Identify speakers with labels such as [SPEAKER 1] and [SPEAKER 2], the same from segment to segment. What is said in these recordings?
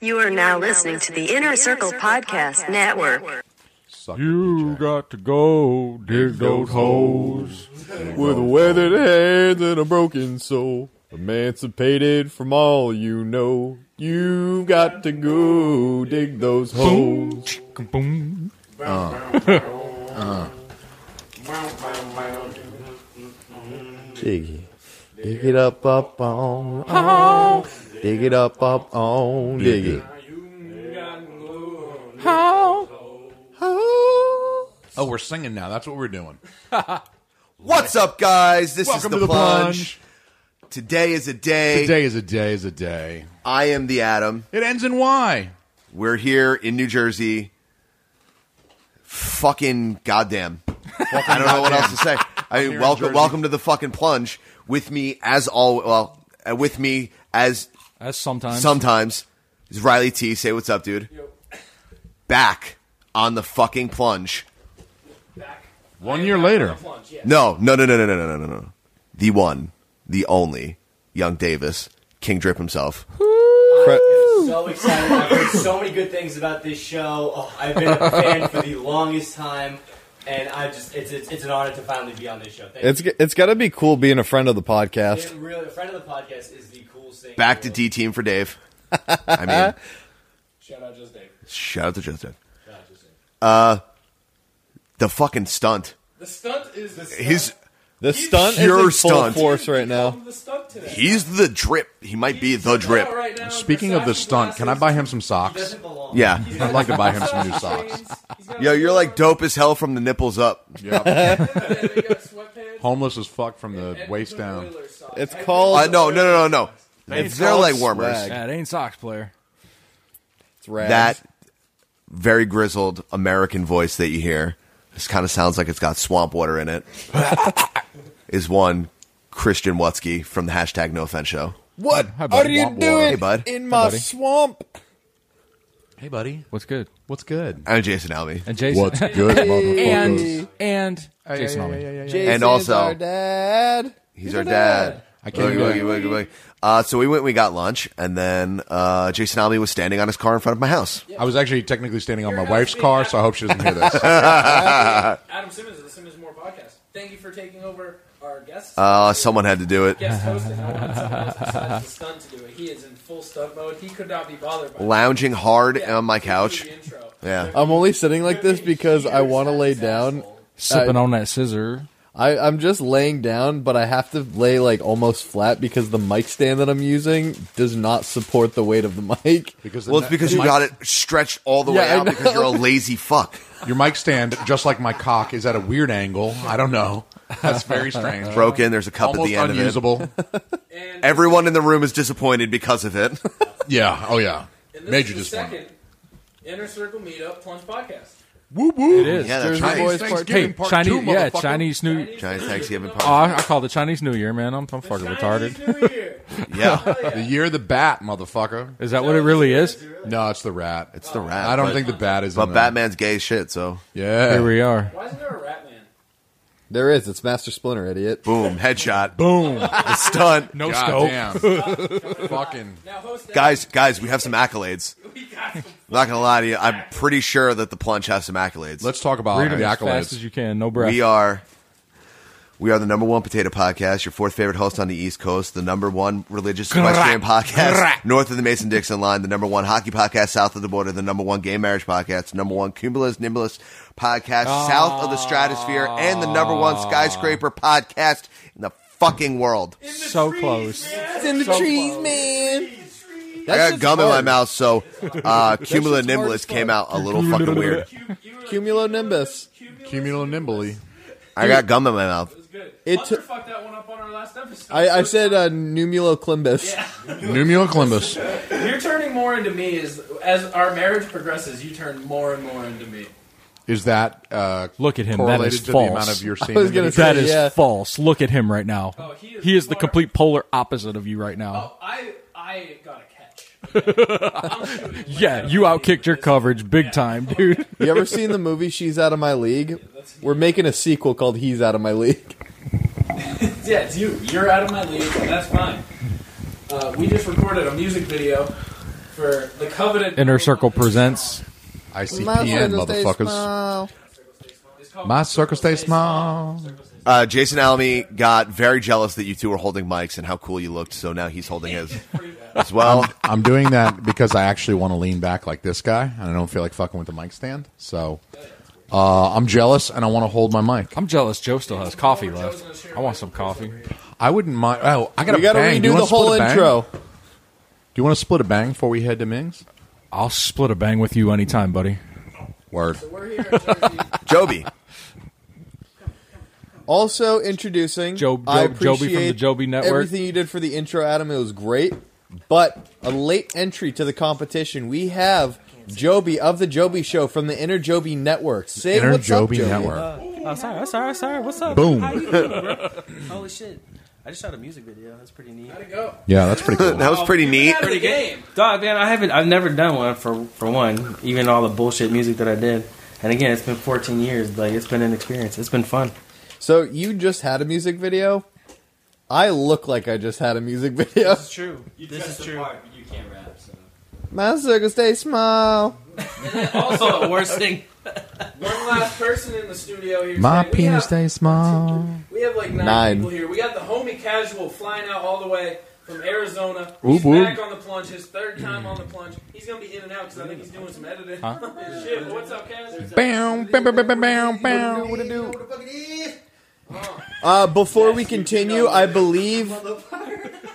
[SPEAKER 1] You are now listening to the Inner Circle Podcast Network.
[SPEAKER 2] Suck
[SPEAKER 3] You
[SPEAKER 2] it, Jack.
[SPEAKER 3] got to go dig those holes.
[SPEAKER 4] With weathered hands and a broken soul, emancipated from all you know, you've got to go dig those
[SPEAKER 3] Boom,
[SPEAKER 4] holes.
[SPEAKER 3] chicka, boom.
[SPEAKER 4] Uh. Diggy. Dig it up, up on, on. Dig it up, up on, dig it.
[SPEAKER 2] Oh, we're singing now. That's what we're doing.
[SPEAKER 5] What's up, guys? This
[SPEAKER 2] Welcome
[SPEAKER 5] is the,
[SPEAKER 2] to The
[SPEAKER 5] plunge. Today is a day.
[SPEAKER 2] Today is a day is a day.
[SPEAKER 5] I am the Adam.
[SPEAKER 2] It ends in Y.
[SPEAKER 5] We're here in New Jersey. Fucking goddamn! I don't know what else to say. I mean,
[SPEAKER 2] in
[SPEAKER 5] welcome,
[SPEAKER 2] Jersey.
[SPEAKER 5] welcome to the fucking plunge. With me as all, well, uh, with me as
[SPEAKER 3] That's sometimes.
[SPEAKER 5] sometimes is Riley T. Say what's up, dude. Back on the fucking plunge.
[SPEAKER 2] One year later.
[SPEAKER 5] No, no, no, no, no, no, no, no, no, no. The one, the only, Young Davis, King Drip himself.
[SPEAKER 6] so excited. I've heard so many good things about this show. Oh, I've been a fan for the longest time, and I just it's it's, it's an honor to finally be on this show. Thank
[SPEAKER 4] It's it's got to be cool being a friend of the
[SPEAKER 6] you. It
[SPEAKER 4] podcast.
[SPEAKER 6] really, a friend of the podcast is the coolest thing.
[SPEAKER 5] Back to
[SPEAKER 6] in the
[SPEAKER 5] D
[SPEAKER 6] world.
[SPEAKER 5] Team for Dave. I mean,
[SPEAKER 6] Shout out, just Dave.
[SPEAKER 5] shout out to Joseph.
[SPEAKER 6] Shout out, just Dave.
[SPEAKER 5] The fucking stunt.
[SPEAKER 7] The stunt is the stunt.
[SPEAKER 5] His
[SPEAKER 4] The stunt is
[SPEAKER 5] Pure
[SPEAKER 4] in full
[SPEAKER 5] stunt.
[SPEAKER 4] force right now.
[SPEAKER 7] the stunt today.
[SPEAKER 5] he's the drip. He might be the drip.
[SPEAKER 7] Right now,
[SPEAKER 2] Speaking of the
[SPEAKER 7] Versace
[SPEAKER 2] stunt, can I
[SPEAKER 7] glasses.
[SPEAKER 2] buy him some
[SPEAKER 6] He
[SPEAKER 2] socks?
[SPEAKER 6] doesn't belong.
[SPEAKER 5] Yeah.
[SPEAKER 2] I'd like to buy him some new socks.
[SPEAKER 7] He's got
[SPEAKER 5] Yo,
[SPEAKER 7] a
[SPEAKER 5] you're like
[SPEAKER 7] beard,
[SPEAKER 5] dope as hell from the nipples up.
[SPEAKER 2] Yeah.
[SPEAKER 7] and he got sweatpants,
[SPEAKER 2] Homeless as fuck from the
[SPEAKER 7] and
[SPEAKER 2] waist
[SPEAKER 7] some
[SPEAKER 2] down.
[SPEAKER 7] Oilers socks.
[SPEAKER 4] It's
[SPEAKER 7] I-
[SPEAKER 4] called
[SPEAKER 5] Uh, no, no, no, no, no. If they're
[SPEAKER 4] called
[SPEAKER 5] leg warmers,
[SPEAKER 4] swag.
[SPEAKER 3] Yeah, it ain't socks, player.
[SPEAKER 4] It's rad.
[SPEAKER 5] that very grizzled American voice that you hear, this kind of sounds like it's got swamp water in it, is one Christian Wutzke from the hashtag No Offense Show.
[SPEAKER 4] What
[SPEAKER 3] Hi, buddy.
[SPEAKER 4] are you
[SPEAKER 2] Womp womp.
[SPEAKER 4] doing
[SPEAKER 5] Hey, bud.
[SPEAKER 4] in
[SPEAKER 3] Hi,
[SPEAKER 4] my
[SPEAKER 3] buddy.
[SPEAKER 4] swamp?
[SPEAKER 2] Hey, buddy.
[SPEAKER 3] What's good?
[SPEAKER 2] What's good?
[SPEAKER 5] I'm Jason Alvey.
[SPEAKER 3] And Jason.
[SPEAKER 2] good, motherfuckers?
[SPEAKER 3] and and Jason. Allman.
[SPEAKER 4] Jason's
[SPEAKER 5] also-
[SPEAKER 4] our dad.
[SPEAKER 5] He's our dad.
[SPEAKER 2] I can't do
[SPEAKER 5] Woogie,
[SPEAKER 2] it.
[SPEAKER 5] woogie, woogie, woogie. Uh, so we went, we got lunch, and then uh, Jason Alvey was standing on his car in front of my house.
[SPEAKER 2] I was actually technically standing on my wife's car, so I hope she doesn't hear this.
[SPEAKER 7] Adam Simmons of the Simmons More podcast. Thank you for taking over our guest.
[SPEAKER 5] Uh, someone had to do it.
[SPEAKER 7] Guest hosting. I wanted someone else besides the stunt to do it. He is in full stunt mode. He could not be bothered by
[SPEAKER 5] Lounging hard
[SPEAKER 7] Yeah,
[SPEAKER 5] on my
[SPEAKER 7] he did
[SPEAKER 5] couch.
[SPEAKER 7] the intro.
[SPEAKER 5] Yeah.
[SPEAKER 4] I'm only sitting like this because I want to lay
[SPEAKER 7] His
[SPEAKER 4] down.
[SPEAKER 7] asshole.
[SPEAKER 3] Sipping
[SPEAKER 4] I-
[SPEAKER 3] on that scissor.
[SPEAKER 4] I, I'm just laying down, but I have to lay like almost flat because the mic stand that I'm using does not support the weight of the mic.
[SPEAKER 2] Because the
[SPEAKER 5] Well, it's
[SPEAKER 2] ne-
[SPEAKER 5] because you
[SPEAKER 2] my-
[SPEAKER 5] got it stretched all the
[SPEAKER 4] Yeah,
[SPEAKER 5] way
[SPEAKER 4] I
[SPEAKER 5] out because you're a lazy fuck.
[SPEAKER 2] your mic stand, just like my cock, is at a weird angle. I don't know. That's very strange.
[SPEAKER 5] Broken. There's a cup at
[SPEAKER 2] Almost
[SPEAKER 5] the end of
[SPEAKER 2] unusable.
[SPEAKER 5] it. Everyone in the room is disappointed because of it.
[SPEAKER 2] yeah. Oh yeah.
[SPEAKER 7] And this
[SPEAKER 2] Major
[SPEAKER 7] is the
[SPEAKER 2] disappointment.
[SPEAKER 7] second Inner Circle Meetup Plunge Podcast.
[SPEAKER 2] Woo woo.
[SPEAKER 3] It is.
[SPEAKER 5] Yeah, that's
[SPEAKER 4] Jersey
[SPEAKER 5] right.
[SPEAKER 4] boys part
[SPEAKER 2] Thanksgiving
[SPEAKER 3] Hey,
[SPEAKER 2] part
[SPEAKER 3] Chinese.
[SPEAKER 2] two,
[SPEAKER 3] yeah,
[SPEAKER 2] motherfucker.
[SPEAKER 3] Chinese New.
[SPEAKER 5] Giant Thanksgiving
[SPEAKER 3] Oh,
[SPEAKER 5] party.
[SPEAKER 3] I, I call it Chinese New Year, man. I'm, I'm fucking
[SPEAKER 7] Chinese
[SPEAKER 3] retarded.
[SPEAKER 7] New Year.
[SPEAKER 5] Yeah,
[SPEAKER 2] The year of the bat, motherfucker.
[SPEAKER 3] Is that what it really is?
[SPEAKER 2] No, it's the rat.
[SPEAKER 5] it's the rat.
[SPEAKER 2] I don't
[SPEAKER 5] but-
[SPEAKER 2] think the bat is.
[SPEAKER 5] But
[SPEAKER 2] in there.
[SPEAKER 5] Batman's gay as shit. So
[SPEAKER 2] Yeah.
[SPEAKER 3] Here we are.
[SPEAKER 7] Why isn't there a rat man?
[SPEAKER 4] There is. It's Master Splinter, idiot.
[SPEAKER 5] boom, headshot,
[SPEAKER 3] Boom.
[SPEAKER 5] the stunt.
[SPEAKER 3] No scope.
[SPEAKER 2] God damn. Fucking.
[SPEAKER 7] Now, host Adam,
[SPEAKER 5] Guys, guys, we have some accolades.
[SPEAKER 7] we got some
[SPEAKER 5] I'm not gonna lie to you. I'm pretty sure that the plunge has some accolades.
[SPEAKER 2] Let's talk about
[SPEAKER 3] Read
[SPEAKER 2] the
[SPEAKER 3] it as fast
[SPEAKER 2] accolades.
[SPEAKER 3] as you can. No breath.
[SPEAKER 5] we are we are the number one potato podcast, your fourth favorite host on the East Coast, the number one religious equestrian podcast north of the Mason Dixon line, the number one hockey podcast south of the border, the number one gay marriage podcast, the number one cumulus nimbus podcast south of the stratosphere, and the number
[SPEAKER 3] Ah.
[SPEAKER 5] one skyscraper podcast in the fucking world.
[SPEAKER 3] so close.
[SPEAKER 4] It's in the trees, man.
[SPEAKER 5] I got gum in my mouth, so uh, cumulus nimbus came out a little fucking weird.
[SPEAKER 4] Cumulonimbus.
[SPEAKER 2] Cumulonimbly.
[SPEAKER 5] I got gum in my mouth.
[SPEAKER 7] good.
[SPEAKER 4] It
[SPEAKER 7] Hunter
[SPEAKER 4] took-
[SPEAKER 7] fucked that one up on our last episode.
[SPEAKER 4] I, I said uh, Numuloclimbus.
[SPEAKER 2] Numuloclimbus.
[SPEAKER 7] you're turning more into me as as our marriage progresses. You turn more and more into me.
[SPEAKER 2] Is that uh,
[SPEAKER 3] Look at him. That
[SPEAKER 2] correlated
[SPEAKER 3] is
[SPEAKER 2] to
[SPEAKER 3] false.
[SPEAKER 2] the amount of your semen?
[SPEAKER 4] was
[SPEAKER 2] that
[SPEAKER 4] gonna
[SPEAKER 2] you-
[SPEAKER 4] say-
[SPEAKER 3] That is
[SPEAKER 4] Yeah.
[SPEAKER 3] false. Look at him right now.
[SPEAKER 7] Oh, he is
[SPEAKER 3] he is the
[SPEAKER 7] polar-
[SPEAKER 3] complete polar opposite of you right now.
[SPEAKER 7] Oh, I I got a catch.
[SPEAKER 3] yeah, you outkicked your coverage big time, dude.
[SPEAKER 4] You ever seen the movie She's Out of My League? We're making a sequel called He's Out of My League.
[SPEAKER 7] Yeah, it's you. You're out of my league, and that's fine. Uh, we just recorded a music video for for the coveted
[SPEAKER 3] Inner Circle presents.
[SPEAKER 2] ICPN, motherfuckers.
[SPEAKER 7] It's called
[SPEAKER 2] My circle stays small.
[SPEAKER 5] Uh, Jason Almy got very jealous that you two were holding mics and how cool you looked, so now he's holding his as well.
[SPEAKER 2] I'm doing that because I actually want to lean back like this guy, and I don't feel like fucking with the mic stand. So uh, I'm jealous, and I want to hold my mic.
[SPEAKER 3] I'm jealous Joe still has coffee left. I want some coffee.
[SPEAKER 2] I wouldn't mind. Oh, I got
[SPEAKER 4] We got to redo the whole intro.
[SPEAKER 2] Do you want to split a bang before we head to Ming's?
[SPEAKER 3] I'll split a bang with you anytime, buddy.
[SPEAKER 2] Word.
[SPEAKER 7] We're here at Jersey.
[SPEAKER 5] Joby,
[SPEAKER 4] Also introducing
[SPEAKER 3] Job-
[SPEAKER 4] I
[SPEAKER 3] Job- Joby from the
[SPEAKER 4] appreciate
[SPEAKER 3] Joby Network.
[SPEAKER 4] Everything you did for the intro, Adam, it was great. But a late entry to the competition, we have Joby of the Joby Show from the Inner Joby Network. Say
[SPEAKER 2] Inner
[SPEAKER 4] what's
[SPEAKER 2] Joby
[SPEAKER 4] up, Joby.
[SPEAKER 2] Network.
[SPEAKER 8] Oh, sorry, sorry, sorry. What's up?
[SPEAKER 2] Boom.
[SPEAKER 8] How you doing, bro? Holy shit. I just shot a music video. That's pretty neat.
[SPEAKER 7] Go.
[SPEAKER 2] Yeah, that's pretty cool.
[SPEAKER 5] that was pretty neat.
[SPEAKER 7] Out of the game.
[SPEAKER 8] Dog, man, I haven't. I've never done one for for one. Even all the bullshit music that I did. And again, it's been 14 years. Like it's been an experience. It's been fun.
[SPEAKER 4] So you just had a music video. I look like I just had a music video.
[SPEAKER 8] It's true.
[SPEAKER 6] You
[SPEAKER 8] This
[SPEAKER 6] dressed
[SPEAKER 8] is true.
[SPEAKER 6] apart, but you can't rap. So.
[SPEAKER 4] My circle stay small.
[SPEAKER 8] Also, the worst thing.
[SPEAKER 7] One last person in the studio here.
[SPEAKER 2] My
[SPEAKER 7] today. We
[SPEAKER 2] penis
[SPEAKER 7] have-
[SPEAKER 2] stays small.
[SPEAKER 7] We have like nine,
[SPEAKER 4] Nine.
[SPEAKER 7] people here. We got the homie casual flying out all the way from Arizona.
[SPEAKER 3] Whoop,
[SPEAKER 7] He's
[SPEAKER 3] whoop.
[SPEAKER 7] back on the plunge, his third time on the plunge. He's gonna be in and out because I think he's doing some editing. Shit, but what's up, Kaz?
[SPEAKER 2] Bam, bam, bam, bam, bam, bam, bam.
[SPEAKER 4] What to do? Uh, before we continue, I believe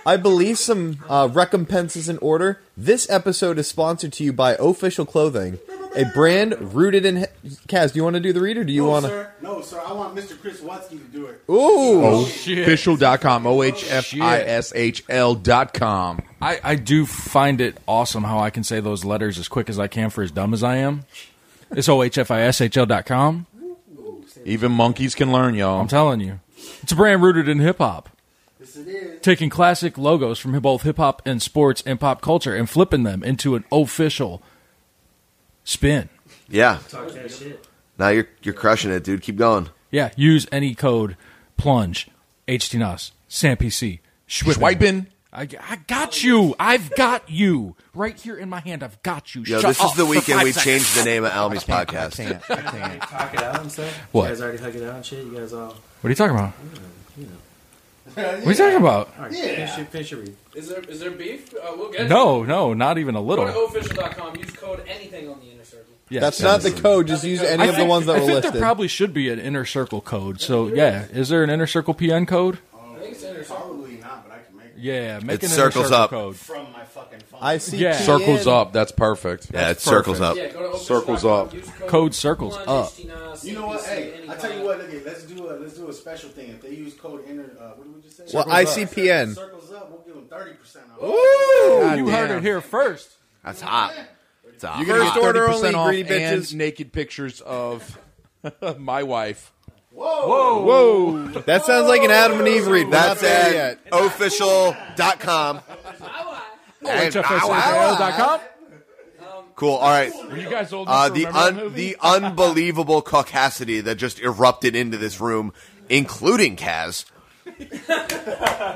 [SPEAKER 4] I believe some uh, recompenses in order. This episode is sponsored to you by Official Clothing, a brand rooted in. Kaz, do you want to do the read or do you want to?
[SPEAKER 9] Sir, no, sir. I want Mr. Chris Watsky to do it.
[SPEAKER 4] Ooh,
[SPEAKER 2] Oh, Official.com. O H F I S H L.com.
[SPEAKER 3] I, I do find it awesome how I can say those letters as quick as I can for as dumb as I am. It's O-H-F-I-S-H-L dot com.
[SPEAKER 2] Even monkeys can learn, y'all.
[SPEAKER 3] I'm telling you. It's a brand rooted in hip hop.
[SPEAKER 9] Yes, it is.
[SPEAKER 3] Taking classic logos from both hip hop and sports and pop culture and flipping them into an official spin.
[SPEAKER 5] Yeah,
[SPEAKER 8] Talk that shit.
[SPEAKER 5] now you're you're crushing it, dude. Keep going.
[SPEAKER 3] Yeah, use any code plunge, HTNOS, SAMPC, Schwippin.
[SPEAKER 2] Swiping.
[SPEAKER 3] I, I got you. I've got you. Right here in my hand, I've got you.
[SPEAKER 5] Yo,
[SPEAKER 3] Shut
[SPEAKER 5] this is
[SPEAKER 3] up
[SPEAKER 5] the
[SPEAKER 3] for
[SPEAKER 5] weekend
[SPEAKER 3] five
[SPEAKER 5] we
[SPEAKER 3] seconds.
[SPEAKER 5] changed the name of Almy's podcast.
[SPEAKER 8] Talk it out and stuff.
[SPEAKER 3] What?
[SPEAKER 8] You guys already hug it out and shit. You guys all.
[SPEAKER 3] What are you talking about? What are you talking about?
[SPEAKER 8] All right.
[SPEAKER 9] Yeah.
[SPEAKER 8] Finish your, finish your read.
[SPEAKER 7] Is there is there beef? Uh, we'll get
[SPEAKER 3] No, no, not even a
[SPEAKER 7] It. Go to
[SPEAKER 3] little.
[SPEAKER 7] official.com. Use code anything on the inner circle.
[SPEAKER 3] Yes,
[SPEAKER 4] that's not the
[SPEAKER 3] yes.
[SPEAKER 4] code. Just use any
[SPEAKER 3] I
[SPEAKER 4] of the
[SPEAKER 3] think-
[SPEAKER 4] ones
[SPEAKER 3] I
[SPEAKER 4] that were
[SPEAKER 3] think
[SPEAKER 4] listed.
[SPEAKER 3] there probably should be an inner circle code. So yeah, is there an inner circle PN code?
[SPEAKER 7] I think it's inner circle.
[SPEAKER 9] Probably not, but I can make it
[SPEAKER 3] Yeah, make
[SPEAKER 5] It
[SPEAKER 3] an
[SPEAKER 5] circles
[SPEAKER 3] inner circle
[SPEAKER 5] up.
[SPEAKER 3] code.
[SPEAKER 9] from my fucking phone.
[SPEAKER 4] I see.
[SPEAKER 3] Yeah.
[SPEAKER 2] Circles up. That's perfect.
[SPEAKER 5] Yeah, it circles up.
[SPEAKER 7] Yeah, go to official.com,
[SPEAKER 2] Circles up.
[SPEAKER 7] use Code,
[SPEAKER 3] Code circles up.
[SPEAKER 7] HTNOS,
[SPEAKER 9] You know what?
[SPEAKER 7] CPC,
[SPEAKER 9] Hey,
[SPEAKER 7] any
[SPEAKER 9] I tell
[SPEAKER 7] kind.
[SPEAKER 9] you what. Look, at, let's do a let's do a special thing. If they use code inner, uh, what did we just say?
[SPEAKER 4] Well, ICPN.
[SPEAKER 9] Circles up. We'll give them thirty percent off.
[SPEAKER 3] you heard it here first.
[SPEAKER 5] That's hot. It's hot.
[SPEAKER 2] You're gonna
[SPEAKER 4] First
[SPEAKER 2] get
[SPEAKER 4] order
[SPEAKER 2] 30%
[SPEAKER 4] only,
[SPEAKER 2] off
[SPEAKER 4] greedy
[SPEAKER 2] and
[SPEAKER 4] bitches.
[SPEAKER 2] naked pictures of my wife.
[SPEAKER 4] That sounds like an Adam and Eve read. We're not
[SPEAKER 5] That's
[SPEAKER 4] there yet.
[SPEAKER 5] at official.com. And wow.
[SPEAKER 3] HFSHL.com.
[SPEAKER 5] Cool. All right.
[SPEAKER 3] Were you guys old
[SPEAKER 5] Uh,
[SPEAKER 3] enough to
[SPEAKER 5] the
[SPEAKER 3] remember that
[SPEAKER 5] un-
[SPEAKER 3] movie?
[SPEAKER 5] the unbelievable caucasity that just erupted into this room, including Kaz.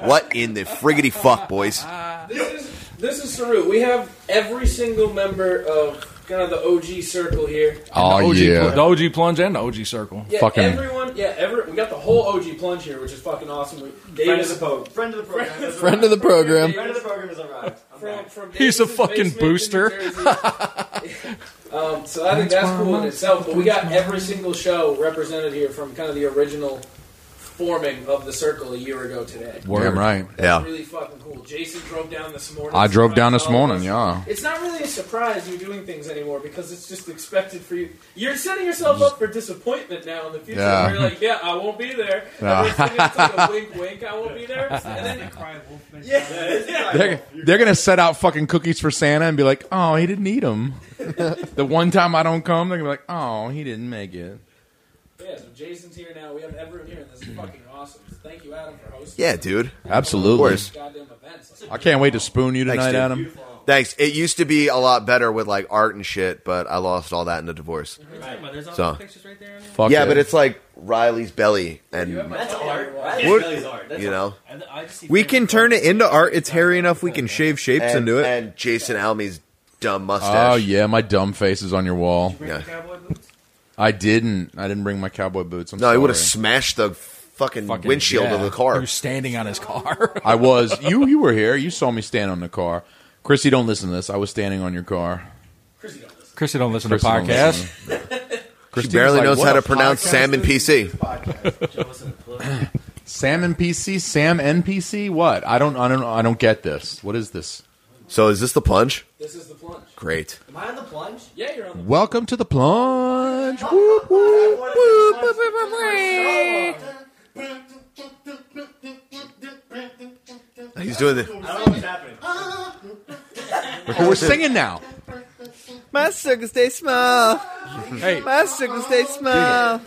[SPEAKER 5] what in the friggity fuck, boys?
[SPEAKER 6] Uh,
[SPEAKER 7] This is this is Saru. We have every single member of kind of the OG circle here.
[SPEAKER 2] Oh,
[SPEAKER 3] OG
[SPEAKER 2] yeah.
[SPEAKER 3] pl- the OG plunge and the OG circle.
[SPEAKER 7] Yeah,
[SPEAKER 2] Fucking-
[SPEAKER 7] everyone. Yeah, every, we got the whole OG plunge here, which is fucking awesome. We,
[SPEAKER 6] Friend of
[SPEAKER 7] Davis
[SPEAKER 6] the program. Friend of the program.
[SPEAKER 4] Friend of the program.
[SPEAKER 6] Friend of the program has arrived. I'm
[SPEAKER 7] from,
[SPEAKER 6] back.
[SPEAKER 7] from
[SPEAKER 3] He's a
[SPEAKER 7] Davis's
[SPEAKER 3] fucking
[SPEAKER 7] basement in New
[SPEAKER 3] booster.
[SPEAKER 7] Jersey. um, so I think that's cool in itself. But we got every single show represented here from kind of the original forming of the circle a year ago today.
[SPEAKER 2] Damn right.
[SPEAKER 5] Yeah.
[SPEAKER 7] Really fucking cool. Jason drove down this morning.
[SPEAKER 2] I drove down this
[SPEAKER 7] Surprised all of
[SPEAKER 2] morning,
[SPEAKER 7] us.
[SPEAKER 2] yeah.
[SPEAKER 7] It's not really a surprise you doing things anymore because it's just expected for you. You're setting yourself up for disappointment now in the future.
[SPEAKER 2] Yeah.
[SPEAKER 7] Where you're like, yeah, I won't be there.
[SPEAKER 2] Yeah.
[SPEAKER 7] And it's like, it's like a wink, wink. I won't be there. And then yeah, yeah.
[SPEAKER 2] They're, they're gonna set out fucking cookies for Santa and be like, "Oh, he didn't eat them." the one time I don't come, they're gonna be like, "Oh, he didn't make it."
[SPEAKER 7] Yeah, so Jason's here now. We have everyone here, and this is fucking awesome. So thank you, Adam, for hosting
[SPEAKER 5] Yeah, dude.
[SPEAKER 2] Absolutely.
[SPEAKER 5] course.
[SPEAKER 7] goddamn events.
[SPEAKER 2] I can't wait to spoon you
[SPEAKER 5] Thanks,
[SPEAKER 2] tonight,
[SPEAKER 5] dude.
[SPEAKER 2] Adam.
[SPEAKER 5] Thanks. It used to be a lot better with like art and shit, but I lost all that in the divorce.
[SPEAKER 8] There's all
[SPEAKER 5] So-
[SPEAKER 8] the pictures right there.
[SPEAKER 2] Fuck
[SPEAKER 5] Yeah, but it's like Riley's belly, and
[SPEAKER 6] That's art. That's
[SPEAKER 4] What-
[SPEAKER 6] Billy's art. That's
[SPEAKER 5] you know,
[SPEAKER 8] I, I just see
[SPEAKER 4] We can turn it into art. It's hairy enough. We can shave shapes
[SPEAKER 5] and,
[SPEAKER 4] into it.
[SPEAKER 5] and Jason Almey's dumb mustache.
[SPEAKER 2] Oh yeah, my dumb face is on your wall.
[SPEAKER 5] Yeah.
[SPEAKER 2] I didn't. I didn't bring my cowboy boots. I'm
[SPEAKER 5] No, he would have
[SPEAKER 2] sorry.
[SPEAKER 5] smashed the fucking,
[SPEAKER 3] Fucking-
[SPEAKER 5] windshield of
[SPEAKER 3] yeah.
[SPEAKER 5] the car.
[SPEAKER 3] He was standing on his car.
[SPEAKER 2] I was. You you were here. You saw me stand on the car. Chrissy, don't listen to this. I was standing on your car.
[SPEAKER 3] Chrissy don't listen
[SPEAKER 2] Chrissy
[SPEAKER 3] to
[SPEAKER 2] don't
[SPEAKER 3] podcasts.
[SPEAKER 2] listen to me. Chrissy
[SPEAKER 5] She
[SPEAKER 2] was
[SPEAKER 5] barely
[SPEAKER 2] like,
[SPEAKER 5] knows
[SPEAKER 2] "What
[SPEAKER 5] how
[SPEAKER 2] a
[SPEAKER 5] to pronounce salmon PC.
[SPEAKER 2] Sam NPC, Sam NPC, what? I don't, I don't, I don't get this. What is this?
[SPEAKER 5] So is this the plunge?
[SPEAKER 7] This is the plunge.
[SPEAKER 5] Great.
[SPEAKER 6] Am I on the plunge?
[SPEAKER 7] Yeah, you're on
[SPEAKER 2] Welcome to the plunge.
[SPEAKER 5] He's doing the.
[SPEAKER 6] I don't know what's happening.
[SPEAKER 2] We're singing now.
[SPEAKER 4] My sugar stay small.
[SPEAKER 3] Hey,
[SPEAKER 4] My sugar stay small.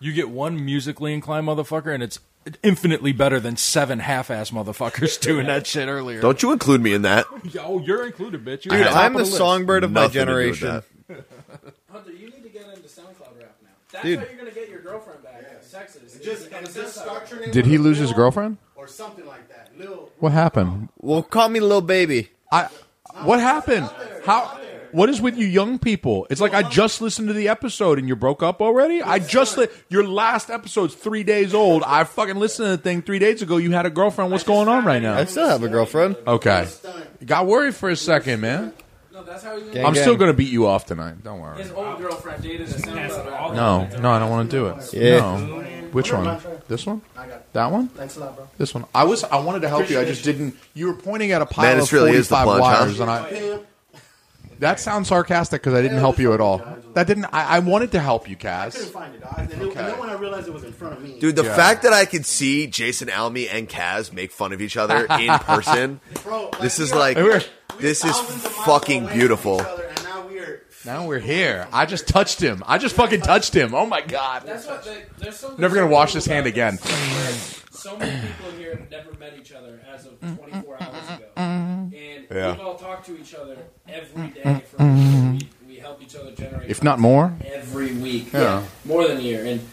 [SPEAKER 3] you get one musically inclined motherfucker, and it's infinitely better than seven half-ass motherfuckers doing that shit earlier.
[SPEAKER 5] Don't you include me in that?
[SPEAKER 3] oh, you're included, bitch. You're
[SPEAKER 4] Dude,
[SPEAKER 3] top
[SPEAKER 4] I'm
[SPEAKER 3] of
[SPEAKER 4] the
[SPEAKER 3] list.
[SPEAKER 4] songbird of my
[SPEAKER 5] Nothing to do with
[SPEAKER 4] generation.
[SPEAKER 5] that.
[SPEAKER 7] the Hunter. You need to get into SoundCloud rap now. That's
[SPEAKER 4] Dude.
[SPEAKER 7] how you're gonna get your girlfriend back in Texas.
[SPEAKER 9] Just, and just start your name
[SPEAKER 2] Did
[SPEAKER 9] with
[SPEAKER 2] he
[SPEAKER 9] a
[SPEAKER 2] lose his
[SPEAKER 9] Lil
[SPEAKER 2] girlfriend?
[SPEAKER 9] Or something like that. Lil.
[SPEAKER 2] What happened?
[SPEAKER 4] Well, call me little baby.
[SPEAKER 2] I. What happened? How? What is with you young people? It's like I just listened to the episode and you broke up already. I just li- your last episode's three days old. I fucking listened to the thing three days ago. You had a girlfriend. What's going on right
[SPEAKER 4] I
[SPEAKER 2] now?
[SPEAKER 4] still have a girlfriend.
[SPEAKER 2] Okay, got worried for a second, man.
[SPEAKER 7] No, that's how he's gonna.
[SPEAKER 4] Gang,
[SPEAKER 2] I'm
[SPEAKER 4] gang.
[SPEAKER 2] still gonna beat you off tonight. Don't worry.
[SPEAKER 7] His old girlfriend dated a SoundCloud rapper.
[SPEAKER 2] No, no, I don't want to do it.
[SPEAKER 4] Yeah.
[SPEAKER 2] No. Which one? This one?
[SPEAKER 9] I got it.
[SPEAKER 2] That one?
[SPEAKER 9] Thanks a lot, bro.
[SPEAKER 2] This one? I was. I wanted to help you. I just didn't. You were pointing at a pile
[SPEAKER 5] Man, this
[SPEAKER 2] of
[SPEAKER 5] really is the
[SPEAKER 2] forty-five
[SPEAKER 5] plunge, huh?
[SPEAKER 2] wires, and I. That sounds sarcastic because I didn't help you at all. That didn't. I, I wanted to help you,
[SPEAKER 9] Couldn't
[SPEAKER 2] Kaz.
[SPEAKER 9] find it. I, and, then, and then when I realized it was in front of me,
[SPEAKER 5] Dude, the
[SPEAKER 2] Yeah.
[SPEAKER 5] fact that I could see Jason Almy and Kaz make fun of each other in person,
[SPEAKER 9] Bro, like,
[SPEAKER 5] this is
[SPEAKER 9] we are-
[SPEAKER 5] like,
[SPEAKER 2] We're-
[SPEAKER 9] we're
[SPEAKER 5] this is
[SPEAKER 9] thousands of miles
[SPEAKER 5] fucking
[SPEAKER 9] away from
[SPEAKER 5] beautiful.
[SPEAKER 9] each other, and now we're-
[SPEAKER 2] Now we're here. I just touched him. I just fucking touched him. Oh my god.
[SPEAKER 7] That's what they, there's so
[SPEAKER 2] Never gonna wash this hand again.
[SPEAKER 7] So many people in here have never met each other as of 24 hours ago, and
[SPEAKER 5] Yeah.
[SPEAKER 7] we've all talked to each other every day for a year. We, we help each other generate.
[SPEAKER 2] If not more.
[SPEAKER 7] every week.
[SPEAKER 2] Yeah.
[SPEAKER 7] More than a year. And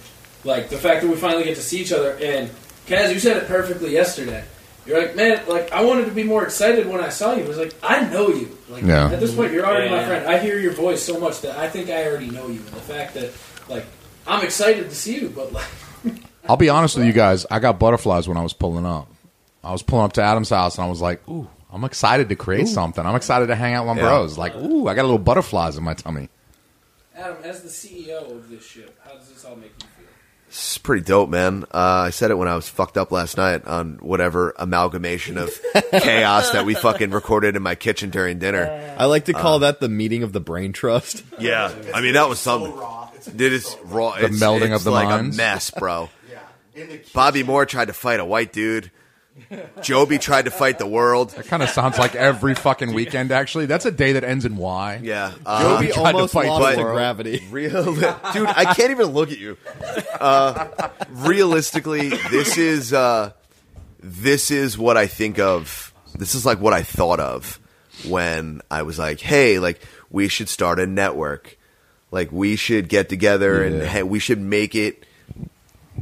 [SPEAKER 7] like the fact that we finally get to see each other and Kaz, you said it perfectly yesterday. You're like, man, like I wanted to be more excited when I saw you. It was like, I know you. Like
[SPEAKER 2] Yeah.
[SPEAKER 7] at this point you're already my
[SPEAKER 8] Yeah.
[SPEAKER 7] friend. I hear your voice so much that I think I already know you. And the fact that like I'm excited to see you, but like
[SPEAKER 2] I'll be honest with you guys. I got butterflies when I was pulling up. I was pulling up to Adam's house and I was like, ooh, I'm excited to create something. I'm excited to hang out with my
[SPEAKER 5] Yeah.
[SPEAKER 2] bros. Like, ooh, I got little butterflies in my tummy.
[SPEAKER 7] Adam, as the CEO of this ship, how does this all make you feel?
[SPEAKER 5] This is pretty dope, man. Uh, I said it when I was fucked up last night on whatever amalgamation of chaos that we fucking recorded in my kitchen during dinner.
[SPEAKER 4] I like to call
[SPEAKER 3] Uh,
[SPEAKER 4] that the meeting of the brain trust.
[SPEAKER 5] Yeah, I mean that was something.
[SPEAKER 9] raw. It's-
[SPEAKER 5] Dude, it's raw. The it's,
[SPEAKER 2] melding of
[SPEAKER 5] it's
[SPEAKER 2] the
[SPEAKER 5] like a
[SPEAKER 2] minds.
[SPEAKER 5] mess, bro.
[SPEAKER 9] yeah. In the
[SPEAKER 5] Bobby Moore tried to fight a white dude. Joby tried to fight the world.
[SPEAKER 2] Kind of sounds like every fucking weekend, actually. That's a day that ends in Y.
[SPEAKER 5] Yeah, uh,
[SPEAKER 4] Joby
[SPEAKER 2] tried to
[SPEAKER 4] almost
[SPEAKER 2] fight
[SPEAKER 4] lost to
[SPEAKER 5] Biden.
[SPEAKER 4] gravity.
[SPEAKER 5] Real, dude, I can't even look at you. Uh, realistically, this is uh, this is what I think of. This is like what I thought of when I was like, "Hey, like we should start a network. Like we should get together and
[SPEAKER 2] Yeah.
[SPEAKER 5] ha- we should make it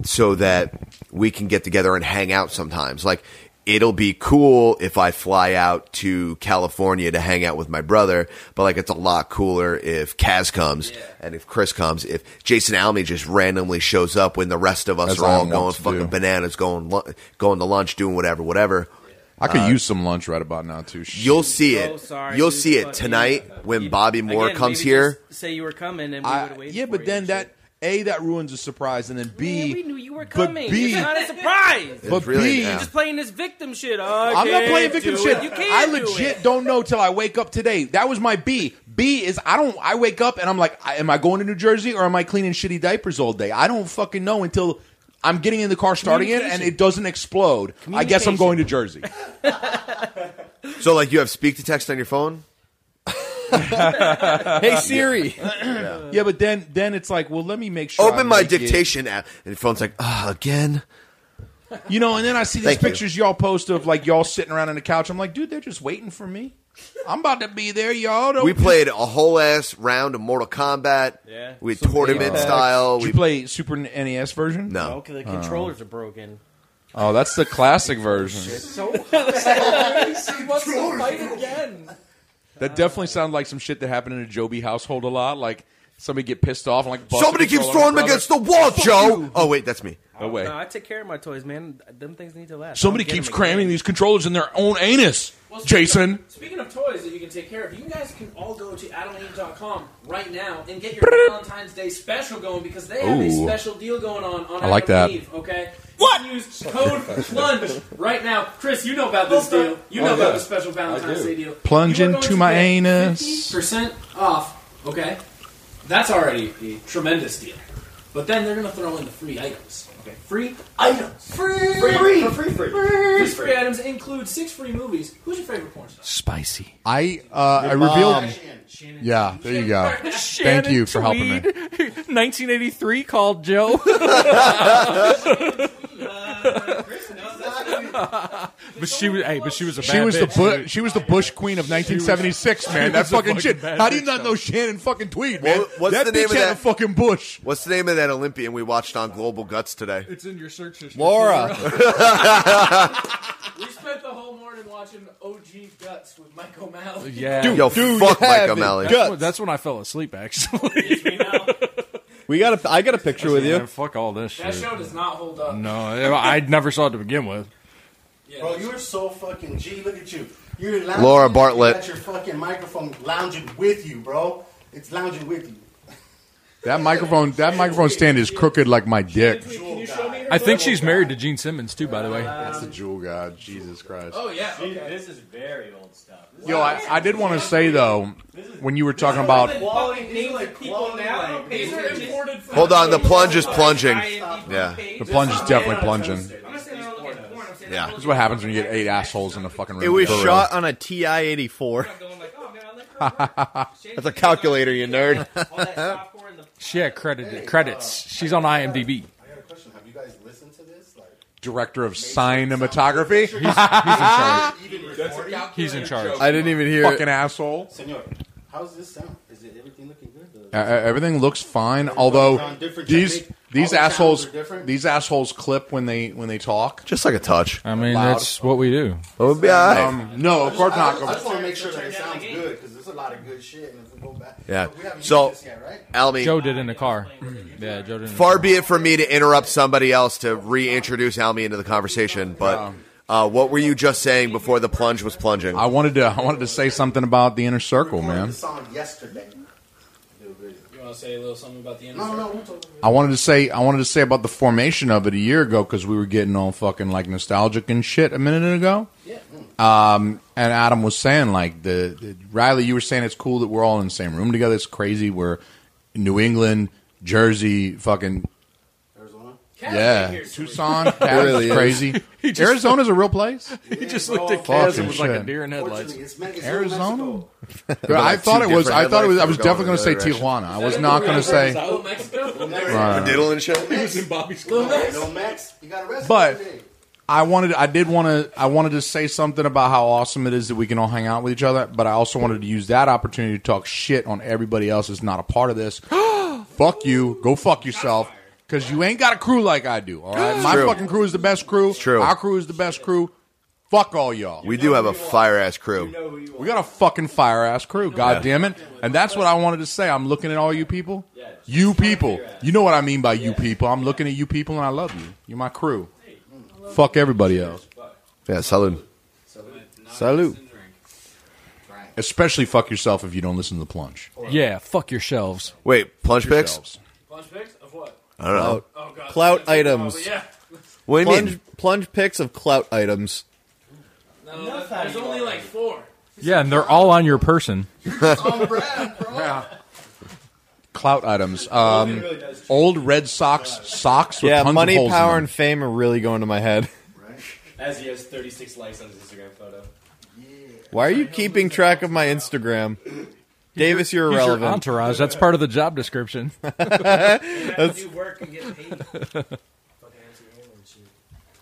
[SPEAKER 5] so that we can get together and hang out sometimes. Like it'll be cool if I fly out to California to hang out with my brother, but like it's a lot cooler if Kaz comes and if Chris comes, if Jason Alme just randomly shows up when the rest of us
[SPEAKER 2] That's
[SPEAKER 5] are all
[SPEAKER 2] what I
[SPEAKER 5] going
[SPEAKER 2] want to
[SPEAKER 5] fucking
[SPEAKER 2] do.
[SPEAKER 5] bananas, going lu- going to lunch, doing whatever, whatever. Uh,
[SPEAKER 2] I could use some lunch right about now, too. Shit.
[SPEAKER 5] You'll see it.
[SPEAKER 8] So Oh, sorry,
[SPEAKER 5] You'll
[SPEAKER 8] dude,
[SPEAKER 5] see
[SPEAKER 8] but
[SPEAKER 5] it tonight
[SPEAKER 8] you-
[SPEAKER 5] when
[SPEAKER 8] you-
[SPEAKER 5] Bobby Moore
[SPEAKER 8] again,
[SPEAKER 5] comes
[SPEAKER 8] maybe
[SPEAKER 5] here.
[SPEAKER 8] just Say you were coming, and we would
[SPEAKER 2] I,
[SPEAKER 8] have waited.
[SPEAKER 2] yeah,
[SPEAKER 8] for
[SPEAKER 2] but
[SPEAKER 8] you
[SPEAKER 2] then
[SPEAKER 8] and
[SPEAKER 2] that, A, that ruins the surprise, and then
[SPEAKER 8] shit.
[SPEAKER 2] B,
[SPEAKER 8] Man, we knew you were
[SPEAKER 2] but
[SPEAKER 8] coming.
[SPEAKER 2] B-
[SPEAKER 8] it's not a surprise.
[SPEAKER 2] but
[SPEAKER 5] really-
[SPEAKER 2] B,
[SPEAKER 5] yeah.
[SPEAKER 8] You're just playing this victim shit.
[SPEAKER 2] I'm not playing victim shit.
[SPEAKER 8] You can't
[SPEAKER 2] I
[SPEAKER 8] do
[SPEAKER 2] legit
[SPEAKER 8] it.
[SPEAKER 2] do not know till I wake up today. That was my B. B is I don't. I wake up and I'm like, I- am I going to New Jersey or am I cleaning shitty diapers all day? I don't fucking know until I'm getting in the car, starting it, and it doesn't explode. I guess I'm
[SPEAKER 8] Communication.
[SPEAKER 2] going to Jersey.
[SPEAKER 5] So like you have speak to text on your phone.
[SPEAKER 4] Hey Siri.
[SPEAKER 2] yeah, but then then it's like, well, let me make sure. I
[SPEAKER 5] Open my
[SPEAKER 2] make it.
[SPEAKER 5] dictation app, and your phone's like, ah, again.
[SPEAKER 2] You know, and then I see these
[SPEAKER 5] Thank you.
[SPEAKER 2] pictures y'all post of like y'all sitting around on the couch. I'm like, dude, they're just waiting for me. I'm about to be there, y'all. Don't
[SPEAKER 5] We played a whole ass round of Mortal Kombat.
[SPEAKER 8] Yeah.
[SPEAKER 5] We had
[SPEAKER 8] Some
[SPEAKER 5] tournament
[SPEAKER 8] Apex.
[SPEAKER 5] style.
[SPEAKER 2] Did
[SPEAKER 5] We
[SPEAKER 2] you play Super NES E version?
[SPEAKER 5] no.
[SPEAKER 8] Okay, the controllers are broken.
[SPEAKER 2] Oh, that's the classic version.
[SPEAKER 7] So she wants to fight again.
[SPEAKER 2] That definitely sounds like some shit that happened in a Joby household a lot. Like somebody get pissed off and like bust
[SPEAKER 5] Somebody
[SPEAKER 2] a
[SPEAKER 5] keeps
[SPEAKER 2] controller on
[SPEAKER 5] throwing
[SPEAKER 2] their
[SPEAKER 5] him against the wall, Joe. Oh wait, that's me.
[SPEAKER 2] brother. Away.
[SPEAKER 8] No, I take care of my toys, man. Them things need to last.
[SPEAKER 2] Somebody
[SPEAKER 8] I'll get
[SPEAKER 2] keeps
[SPEAKER 8] them
[SPEAKER 2] cramming
[SPEAKER 8] again.
[SPEAKER 2] these controllers in their own anus.
[SPEAKER 7] Well, speaking
[SPEAKER 2] Jason.
[SPEAKER 7] Of, speaking of toys that you can take care of, you guys can all go to AdamandEve.com right now and get your Valentine's Day special going because they have a
[SPEAKER 2] Ooh.
[SPEAKER 7] special deal going on on
[SPEAKER 2] I like that.
[SPEAKER 7] Adam and Eve, okay? What? You can use code plunge right now, Chris. You know about this deal. You know about the special Valentine's Day deal.
[SPEAKER 2] Plunge
[SPEAKER 7] You are
[SPEAKER 2] into
[SPEAKER 7] going
[SPEAKER 2] my
[SPEAKER 7] to get
[SPEAKER 2] anus.
[SPEAKER 7] 50% off. Okay, that's already a tremendous deal. But then they're gonna throw in the free items. Okay, free items. Free, free, free, free, free. These free items include six free movies. Who's your favorite porn star?
[SPEAKER 3] Spicy.
[SPEAKER 2] I uh, I revealed. Yeah, there you go. Thank you for helping me.
[SPEAKER 3] 1983 called Joe. but she was, hey, but she was a bad
[SPEAKER 2] She was the
[SPEAKER 3] bitch.
[SPEAKER 2] bu- she was the Bush Queen of 1976, man. That
[SPEAKER 3] was a
[SPEAKER 2] fucking,
[SPEAKER 3] fucking
[SPEAKER 2] shit.
[SPEAKER 3] bad
[SPEAKER 2] How do you
[SPEAKER 3] bitch,
[SPEAKER 2] not
[SPEAKER 3] though.
[SPEAKER 2] know Shannon fucking Tweed,
[SPEAKER 5] Well,
[SPEAKER 2] man?
[SPEAKER 5] what's
[SPEAKER 2] that
[SPEAKER 5] the name
[SPEAKER 2] bitch
[SPEAKER 5] of
[SPEAKER 2] had
[SPEAKER 5] that-
[SPEAKER 2] a fucking bush.
[SPEAKER 5] What's the name of that Olympian we watched on Global Guts today?
[SPEAKER 3] It's in your search history.
[SPEAKER 4] Laura.
[SPEAKER 7] We spent the whole morning watching OG Guts with Mike O'Malley.
[SPEAKER 3] Yeah.
[SPEAKER 5] Yo,
[SPEAKER 4] Dude,
[SPEAKER 5] fuck
[SPEAKER 4] you
[SPEAKER 5] Mike
[SPEAKER 4] have it.
[SPEAKER 5] O'Malley.
[SPEAKER 4] Guts.
[SPEAKER 3] Well, that's when I fell asleep, actually.
[SPEAKER 7] It's me now.
[SPEAKER 4] We got a. I got a picture with
[SPEAKER 3] Man,
[SPEAKER 4] you.
[SPEAKER 3] fuck all this shit.
[SPEAKER 7] That show does not hold up.
[SPEAKER 3] no, I I never saw it to begin with.
[SPEAKER 7] Yeah,
[SPEAKER 9] Bro, you're so fucking G. Look at you. You're lounging.
[SPEAKER 5] Laura Bartlett.
[SPEAKER 9] You got your fucking microphone lounging with you, bro. It's lounging with you.
[SPEAKER 2] That microphone that microphone stand is crooked like my dick.
[SPEAKER 7] Can you show me her
[SPEAKER 3] I think
[SPEAKER 7] butt?
[SPEAKER 3] she's married to Gene Simmons too, by the way.
[SPEAKER 2] That's a jewel god. Jesus Christ.
[SPEAKER 7] Oh yeah.
[SPEAKER 6] Dude, This is very old stuff. This
[SPEAKER 2] Yo, I, I did want to say though, when you were talking about
[SPEAKER 6] Quality-
[SPEAKER 7] Fucking
[SPEAKER 6] these are
[SPEAKER 7] names
[SPEAKER 6] like
[SPEAKER 7] of people
[SPEAKER 6] quality
[SPEAKER 7] now.
[SPEAKER 6] language.
[SPEAKER 7] These are imported. from-
[SPEAKER 5] Hold on, the plunge is plunging.
[SPEAKER 7] IMDb
[SPEAKER 5] Yeah.
[SPEAKER 7] page.
[SPEAKER 2] the plunge is definitely plunging.
[SPEAKER 6] is-
[SPEAKER 2] This
[SPEAKER 7] I'm not saying I don't look at porn. I'm saying
[SPEAKER 5] Yeah.
[SPEAKER 7] I look
[SPEAKER 2] is what happens when you get eight assholes in a fucking room.
[SPEAKER 4] It was
[SPEAKER 2] For real.
[SPEAKER 4] shot on a TI eighty four.
[SPEAKER 7] at going like, oh man, I like her.
[SPEAKER 4] That's a calculator, you nerd.
[SPEAKER 7] All that popcorn, the
[SPEAKER 3] She had credited credits. She's on IMDb.
[SPEAKER 9] I got a question. Have you guys listened to this? Like,
[SPEAKER 2] Director of cinematography.
[SPEAKER 9] even recording?
[SPEAKER 3] He's in charge.
[SPEAKER 4] I didn't even hear.
[SPEAKER 2] fucking
[SPEAKER 4] It.
[SPEAKER 2] asshole.
[SPEAKER 9] Senor, how's this sound? Is it everything looking good?
[SPEAKER 2] Uh, uh,
[SPEAKER 9] The-
[SPEAKER 2] everything looks fine, although
[SPEAKER 9] on different
[SPEAKER 2] these
[SPEAKER 9] technique.
[SPEAKER 2] these
[SPEAKER 9] All the
[SPEAKER 2] assholes
[SPEAKER 9] sounds are different.
[SPEAKER 2] these assholes clip when they when they talk.
[SPEAKER 5] Just like a touch.
[SPEAKER 3] I mean,
[SPEAKER 2] Loud.
[SPEAKER 3] that's what we do.
[SPEAKER 5] It would be all right.
[SPEAKER 2] Um, no, of course
[SPEAKER 9] I
[SPEAKER 2] not.
[SPEAKER 9] just want to make sure that it sounds good because there's a lot of good shit. And if we go back,
[SPEAKER 5] Yeah.
[SPEAKER 9] But we haven't
[SPEAKER 5] So-
[SPEAKER 9] used this yet, right?
[SPEAKER 5] Almy,
[SPEAKER 3] Joe did in the car. Yeah, Joe did. In
[SPEAKER 5] far
[SPEAKER 3] the car.
[SPEAKER 5] be it from me to interrupt somebody else to reintroduce Almy into the conversation, but uh, what were you just saying before the plunge was plunging?
[SPEAKER 2] I wanted to I wanted to say something about the inner circle,
[SPEAKER 9] Recorded
[SPEAKER 2] man.
[SPEAKER 9] The song yesterday.
[SPEAKER 7] You want to say a little something about the end?
[SPEAKER 9] No, no, we'll talk about
[SPEAKER 2] I wanted to say I wanted to say about the formation of it a year ago because we were getting all fucking like nostalgic and shit a minute ago.
[SPEAKER 7] Yeah.
[SPEAKER 2] Um, and Adam was saying like the, the Riley, you were saying it's cool that we're all in the same room together. It's crazy. We're in New England, Jersey, fucking
[SPEAKER 9] Arizona.
[SPEAKER 2] yeah, Tucson. Really crazy. Arizona's a real place.
[SPEAKER 3] He just looked at
[SPEAKER 2] Fucking
[SPEAKER 3] Kaz and was like a
[SPEAKER 2] shit.
[SPEAKER 3] deer in headlights.
[SPEAKER 9] Fortunately, it's, me- it's still
[SPEAKER 2] Arizona?
[SPEAKER 9] Mexico.
[SPEAKER 2] Bro, I
[SPEAKER 5] like
[SPEAKER 2] thought
[SPEAKER 5] two
[SPEAKER 2] it was. I
[SPEAKER 5] different
[SPEAKER 2] thought it was.
[SPEAKER 5] headlights
[SPEAKER 2] I was
[SPEAKER 5] that were
[SPEAKER 2] definitely going to
[SPEAKER 5] going
[SPEAKER 2] say
[SPEAKER 5] in the other
[SPEAKER 2] Tijuana. I was not going to say.
[SPEAKER 7] Little Mexico.
[SPEAKER 5] Diddle and shit.
[SPEAKER 7] Little
[SPEAKER 9] No,
[SPEAKER 7] Mexico.
[SPEAKER 9] Max, you got arrested
[SPEAKER 2] But-
[SPEAKER 9] today.
[SPEAKER 2] I wanted, I did want to, I wanted to say something about how awesome it is that we can all hang out with each other, but I also wanted to use that opportunity to talk shit on everybody else that's not a part of this. fuck you, go fuck yourself, because you ain't got a crew like I do. All right, my
[SPEAKER 5] true.
[SPEAKER 2] fucking crew is the best crew.
[SPEAKER 5] true.
[SPEAKER 2] Our crew is the best crew. Fuck all y'all.
[SPEAKER 5] We do have a fire ass crew.
[SPEAKER 2] We got a fucking fire ass crew, god damn it. And that's what I wanted to say. I'm looking at all you people. You people. You know what I mean by you people. I'm looking at you people and I love you. You're my crew. Fuck everybody else.
[SPEAKER 5] Yeah, salud.
[SPEAKER 4] Salute.
[SPEAKER 2] Especially fuck yourself if you don't listen to the plunge.
[SPEAKER 3] Yeah, fuck your shelves.
[SPEAKER 5] Wait, plunge picks?
[SPEAKER 7] Lunch pics of what?
[SPEAKER 5] I don't know.
[SPEAKER 7] Oh god.
[SPEAKER 4] Clout
[SPEAKER 7] That's probably-
[SPEAKER 4] items.
[SPEAKER 7] Yeah.
[SPEAKER 5] What do you
[SPEAKER 4] Plunge
[SPEAKER 5] mean?
[SPEAKER 4] plunge pics of clout items.
[SPEAKER 7] No, that- there's only like four.
[SPEAKER 3] Yeah, and they're all on your person.
[SPEAKER 2] Clout items. Um, old Red Sox socks with
[SPEAKER 4] Yeah,
[SPEAKER 2] tons
[SPEAKER 4] money,
[SPEAKER 2] of holes in
[SPEAKER 4] power,
[SPEAKER 2] them.
[SPEAKER 4] and fame are really going to my head.
[SPEAKER 6] As he has 36 likes on his Instagram photo.
[SPEAKER 4] Why are you keeping track of my Instagram? Davis, you're
[SPEAKER 3] He's your
[SPEAKER 4] irrelevant.
[SPEAKER 3] entourage. That's part of the job description.
[SPEAKER 4] That's-
[SPEAKER 7] do work and get paid.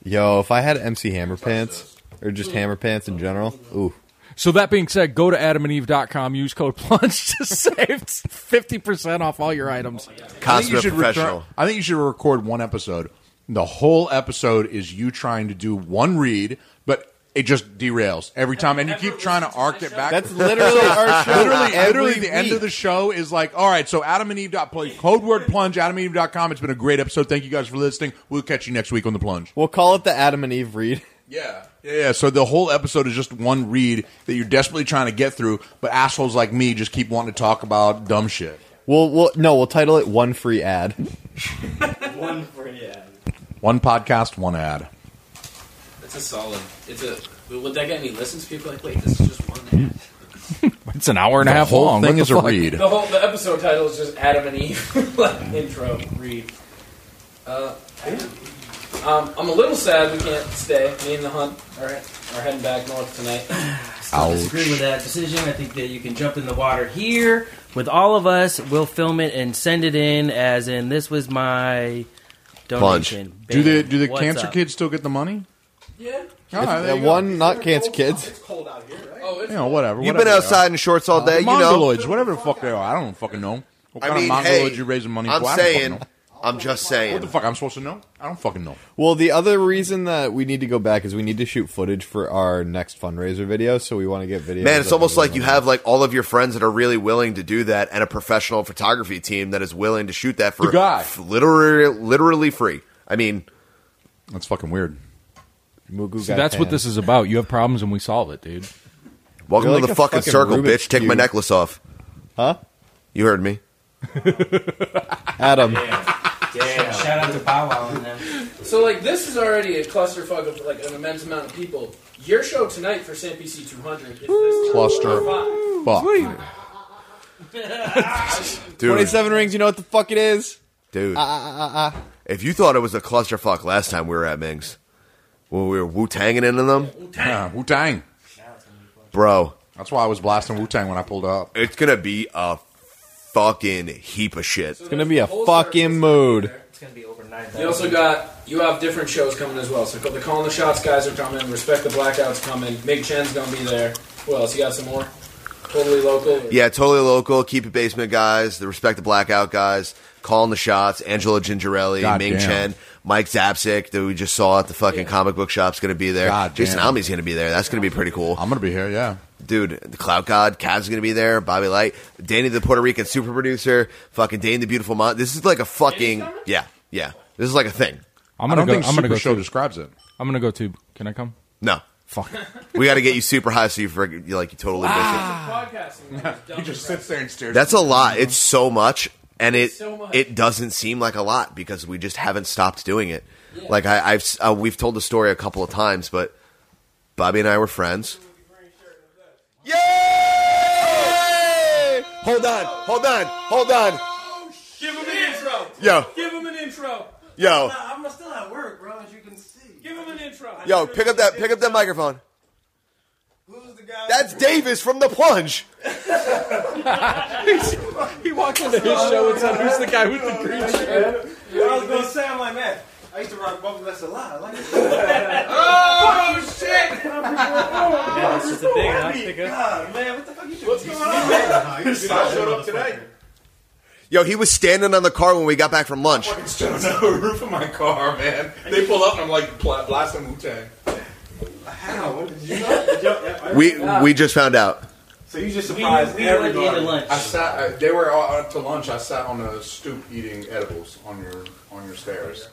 [SPEAKER 4] Yo, if I had MC Hammer pants or just Hammer pants in general, ooh,
[SPEAKER 3] So that being said, go to adamandeve.com, use code plunge to save 50% off all your items.
[SPEAKER 2] I think you
[SPEAKER 5] Consummate
[SPEAKER 2] should return-
[SPEAKER 5] professional.
[SPEAKER 2] I think you should record one episode The whole episode is you trying to do one read, but it just derails every time, and you keep trying to arc it back.
[SPEAKER 4] That's literally our show.
[SPEAKER 2] literally,
[SPEAKER 4] every
[SPEAKER 2] literally, the end
[SPEAKER 4] week.
[SPEAKER 2] of the show is like, all right, so Adam and Eve dot play code word plunge. Adam and Eve dot com. It's been a great episode. Thank you guys for listening. We'll catch you next week on the plunge.
[SPEAKER 4] We'll call it the Adam and Eve read.
[SPEAKER 2] Yeah, yeah. yeah. So the whole episode is just one read that you're desperately trying to get through, but assholes like me just keep wanting to talk about dumb shit.
[SPEAKER 4] We'll, we'll no, we'll title it one free ad.
[SPEAKER 7] One for yeah.
[SPEAKER 2] One podcast, one ad.
[SPEAKER 7] It's a solid. It's a. Would that get any listens? People are like, wait, this is just one. Ad.
[SPEAKER 3] It's an hour and a
[SPEAKER 2] The
[SPEAKER 3] half
[SPEAKER 2] whole
[SPEAKER 3] long.
[SPEAKER 2] thing
[SPEAKER 3] What the
[SPEAKER 2] is a
[SPEAKER 3] fuck?
[SPEAKER 2] read.
[SPEAKER 7] The whole the episode title is just Adam and Eve like intro read. Uh, um, I'm a little sad we can't stay. Me and the hunt are are heading back north tonight.
[SPEAKER 2] Ouch.
[SPEAKER 8] Still disagree with that decision. I think that you can jump in the water here with all of us. We'll film it and send it in as in this was my donation.
[SPEAKER 2] Do
[SPEAKER 8] Bam.
[SPEAKER 2] the do the
[SPEAKER 8] What's
[SPEAKER 2] cancer
[SPEAKER 8] up?
[SPEAKER 2] kids still get the money?
[SPEAKER 7] Yeah.
[SPEAKER 2] All right, there
[SPEAKER 4] That
[SPEAKER 2] you go.
[SPEAKER 4] one not cancer kids.
[SPEAKER 7] Oh, it's
[SPEAKER 2] You know, whatever.
[SPEAKER 5] You've
[SPEAKER 2] whatever
[SPEAKER 5] been
[SPEAKER 2] they are. Uh,
[SPEAKER 5] outside in shorts all day. you know.
[SPEAKER 2] Mongoloids, whatever the fuck they are. I don't fucking know. What
[SPEAKER 5] I
[SPEAKER 2] kind
[SPEAKER 5] mean,
[SPEAKER 2] of mongoloids
[SPEAKER 5] hey,
[SPEAKER 2] you raising money
[SPEAKER 5] I'm
[SPEAKER 2] for? I don't fucking
[SPEAKER 5] saying.
[SPEAKER 2] know.
[SPEAKER 5] I'm just
[SPEAKER 2] What the
[SPEAKER 5] saying.
[SPEAKER 2] fuck? I'm supposed to know? I don't fucking know.
[SPEAKER 4] Well, the other reason that we need to go back is we need to shoot footage for our next fundraiser video, so we want to get video.
[SPEAKER 5] Man, it's almost like you have like all of your friends that are really willing to do that, and a professional photography team that is willing to shoot that for
[SPEAKER 2] The guy.
[SPEAKER 5] f- literally, literally free. I mean,
[SPEAKER 2] That's fucking weird.
[SPEAKER 4] Mugu
[SPEAKER 3] See, that's what this is about. You have problems and we solve it, dude.
[SPEAKER 5] welcome
[SPEAKER 4] You're
[SPEAKER 5] to
[SPEAKER 4] like
[SPEAKER 5] the
[SPEAKER 4] a
[SPEAKER 5] fucking
[SPEAKER 4] fucking
[SPEAKER 5] circle,
[SPEAKER 4] Rubik's
[SPEAKER 5] bitch. Take my
[SPEAKER 4] Cube.
[SPEAKER 5] necklace off.
[SPEAKER 4] Huh?
[SPEAKER 5] You heard me.
[SPEAKER 4] Adam.
[SPEAKER 8] Shout out to Bow Wow and them.
[SPEAKER 7] So like this is already a clusterfuck of like an immense amount of people. Your show tonight for Sam PC 200 is this
[SPEAKER 2] Cluster.
[SPEAKER 7] Five.
[SPEAKER 2] Fuck.
[SPEAKER 5] Dude,
[SPEAKER 4] Twenty-seven rings. You know what the fuck it is? Ah,
[SPEAKER 5] dude. If you thought it was a clusterfuck last time we were at Ming's, when we were Wu Tanging into them,
[SPEAKER 2] Wu Tang.
[SPEAKER 5] bro,
[SPEAKER 2] That's why I was blasting Wu Tang when I pulled up.
[SPEAKER 5] it's gonna be a fucking heap of shit.
[SPEAKER 4] It's gonna be a fucking mood.
[SPEAKER 8] It's gonna be over nine.
[SPEAKER 7] You also got you have different shows coming as well. So the calling the shots guys are coming. Respect the blackouts coming. Mig Chen's gonna be there. Who else? You got some more? Totally local.
[SPEAKER 5] Yeah, totally local. Keep it basement guys. The respect the blackout guys. Calling the shots. Angelo Gingerelli,
[SPEAKER 2] God
[SPEAKER 5] Ming
[SPEAKER 2] damn.
[SPEAKER 5] Chen, Mike Zapsik that we just saw at the fucking comic book shop's going to be there.
[SPEAKER 2] God
[SPEAKER 5] Jason
[SPEAKER 2] damn.
[SPEAKER 5] Alme's going to be there. That's going to be pretty cool,
[SPEAKER 2] I'm gonna be here. Yeah.
[SPEAKER 5] dude. The Cloud God, Cav's going to be there. Bobby Light, Danny the Puerto Rican super producer, fucking Dane the beautiful mom. This is like a fucking yeah, yeah. This is like a thing.
[SPEAKER 3] I'm
[SPEAKER 2] I
[SPEAKER 3] gonna
[SPEAKER 2] don't
[SPEAKER 3] go.
[SPEAKER 2] think
[SPEAKER 3] I'm
[SPEAKER 2] Super
[SPEAKER 3] gonna go.
[SPEAKER 2] Show
[SPEAKER 3] too.
[SPEAKER 2] describes it.
[SPEAKER 3] I'm gonna go too. Can I come?
[SPEAKER 5] No,
[SPEAKER 3] Fuck.
[SPEAKER 5] we got to get you super high so you forget, you like you totally miss it.
[SPEAKER 7] Podcasting.
[SPEAKER 2] there and stares.
[SPEAKER 5] That's a lot. It's so much, and it
[SPEAKER 7] So much.
[SPEAKER 5] it doesn't seem like a lot because we just haven't stopped doing it. Like I, I've s- uh, we've told the story a couple of times, but Bobby and I were friends. Yay! Hold on, hold on, hold on.
[SPEAKER 7] Give him an intro.
[SPEAKER 5] Yo,
[SPEAKER 7] Give him an intro.
[SPEAKER 5] yo,
[SPEAKER 9] I'm still at work, bro, as you can see.
[SPEAKER 7] Give him an intro.
[SPEAKER 5] yo! Pick up that pick up that microphone.
[SPEAKER 9] Who's the guy?
[SPEAKER 5] That's Davis from the plunge.
[SPEAKER 3] he walks into his show and said, "Who's the guy with the green shirt?"
[SPEAKER 9] I was gonna say, I'm like, man, I used to rock bubble guts a lot. I like it.
[SPEAKER 7] Oh shit!
[SPEAKER 8] Yeah, it's just a thing. I'll pick up.
[SPEAKER 9] God, man, what the fuck you doing? What's going on?
[SPEAKER 5] Yo, he was standing on the car when we got back from lunch.
[SPEAKER 2] Stood on the roof of my car, man. They pull up and I'm like blasting Wu Tang.
[SPEAKER 9] How? What did you know? Did y'all-
[SPEAKER 5] We we just found out.
[SPEAKER 9] so you just
[SPEAKER 8] We
[SPEAKER 9] surprised
[SPEAKER 8] we went
[SPEAKER 9] everybody.
[SPEAKER 8] into lunch.
[SPEAKER 2] sat. I, they were all out to lunch. I sat on a stoop eating edibles on your on your stairs.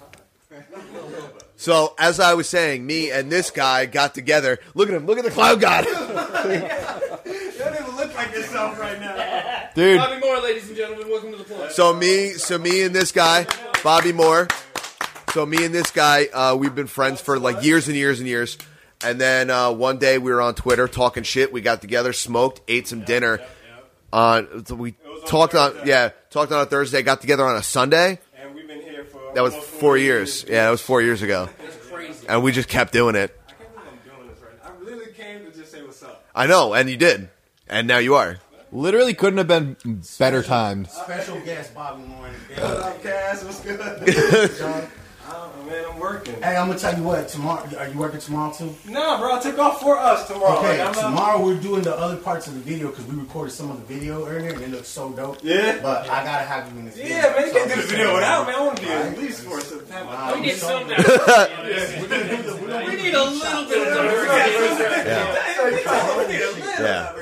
[SPEAKER 5] So as I was saying, me and this guy got together. Look at him. Look at the cloud god.
[SPEAKER 9] You don't even look like yourself right now.
[SPEAKER 4] Dude,
[SPEAKER 7] Bobby Moore, ladies and gentlemen, welcome to the plunge.
[SPEAKER 5] So me, so me and this guy, Bobby Moore. So me and this guy, uh, we've been friends for like years and years and years. And then uh, one day we were on Twitter talking shit. We got together, smoked, ate some dinner. On so we
[SPEAKER 9] was on
[SPEAKER 5] talked on,
[SPEAKER 9] Thursday.
[SPEAKER 5] yeah, talked on a Thursday. Got together on a Sunday.
[SPEAKER 9] And we've been here for
[SPEAKER 5] That was
[SPEAKER 9] almost
[SPEAKER 5] four years. Yeah, that was four years ago.
[SPEAKER 7] Crazy.
[SPEAKER 5] And we just kept doing it.
[SPEAKER 9] I can't believe I'm doing this right now. I literally came to just say what's up.
[SPEAKER 5] I know, and you did, and now you are.
[SPEAKER 4] literally couldn't have been better timed.
[SPEAKER 9] Special guest Bobby Moore. What's up, Cass? What's good? John. I don't know.
[SPEAKER 10] man. I'm working.
[SPEAKER 9] Hey, I'm gonna tell you what. Tomorrow, are you working tomorrow too?
[SPEAKER 10] Nah, bro. I took off for us tomorrow.
[SPEAKER 9] Okay,
[SPEAKER 10] Like, I'm not-
[SPEAKER 9] tomorrow we're doing the other parts of the video because we recorded some of the video earlier and it looks so dope.
[SPEAKER 10] Yeah.
[SPEAKER 9] But I gotta have you in this video.
[SPEAKER 10] Yeah, man. You can't
[SPEAKER 9] So-
[SPEAKER 10] do the video without me. I want to be at least for September.
[SPEAKER 9] Nah,
[SPEAKER 10] We
[SPEAKER 9] we
[SPEAKER 10] need
[SPEAKER 9] so-
[SPEAKER 10] some.
[SPEAKER 7] We need a little bit of
[SPEAKER 5] Yeah.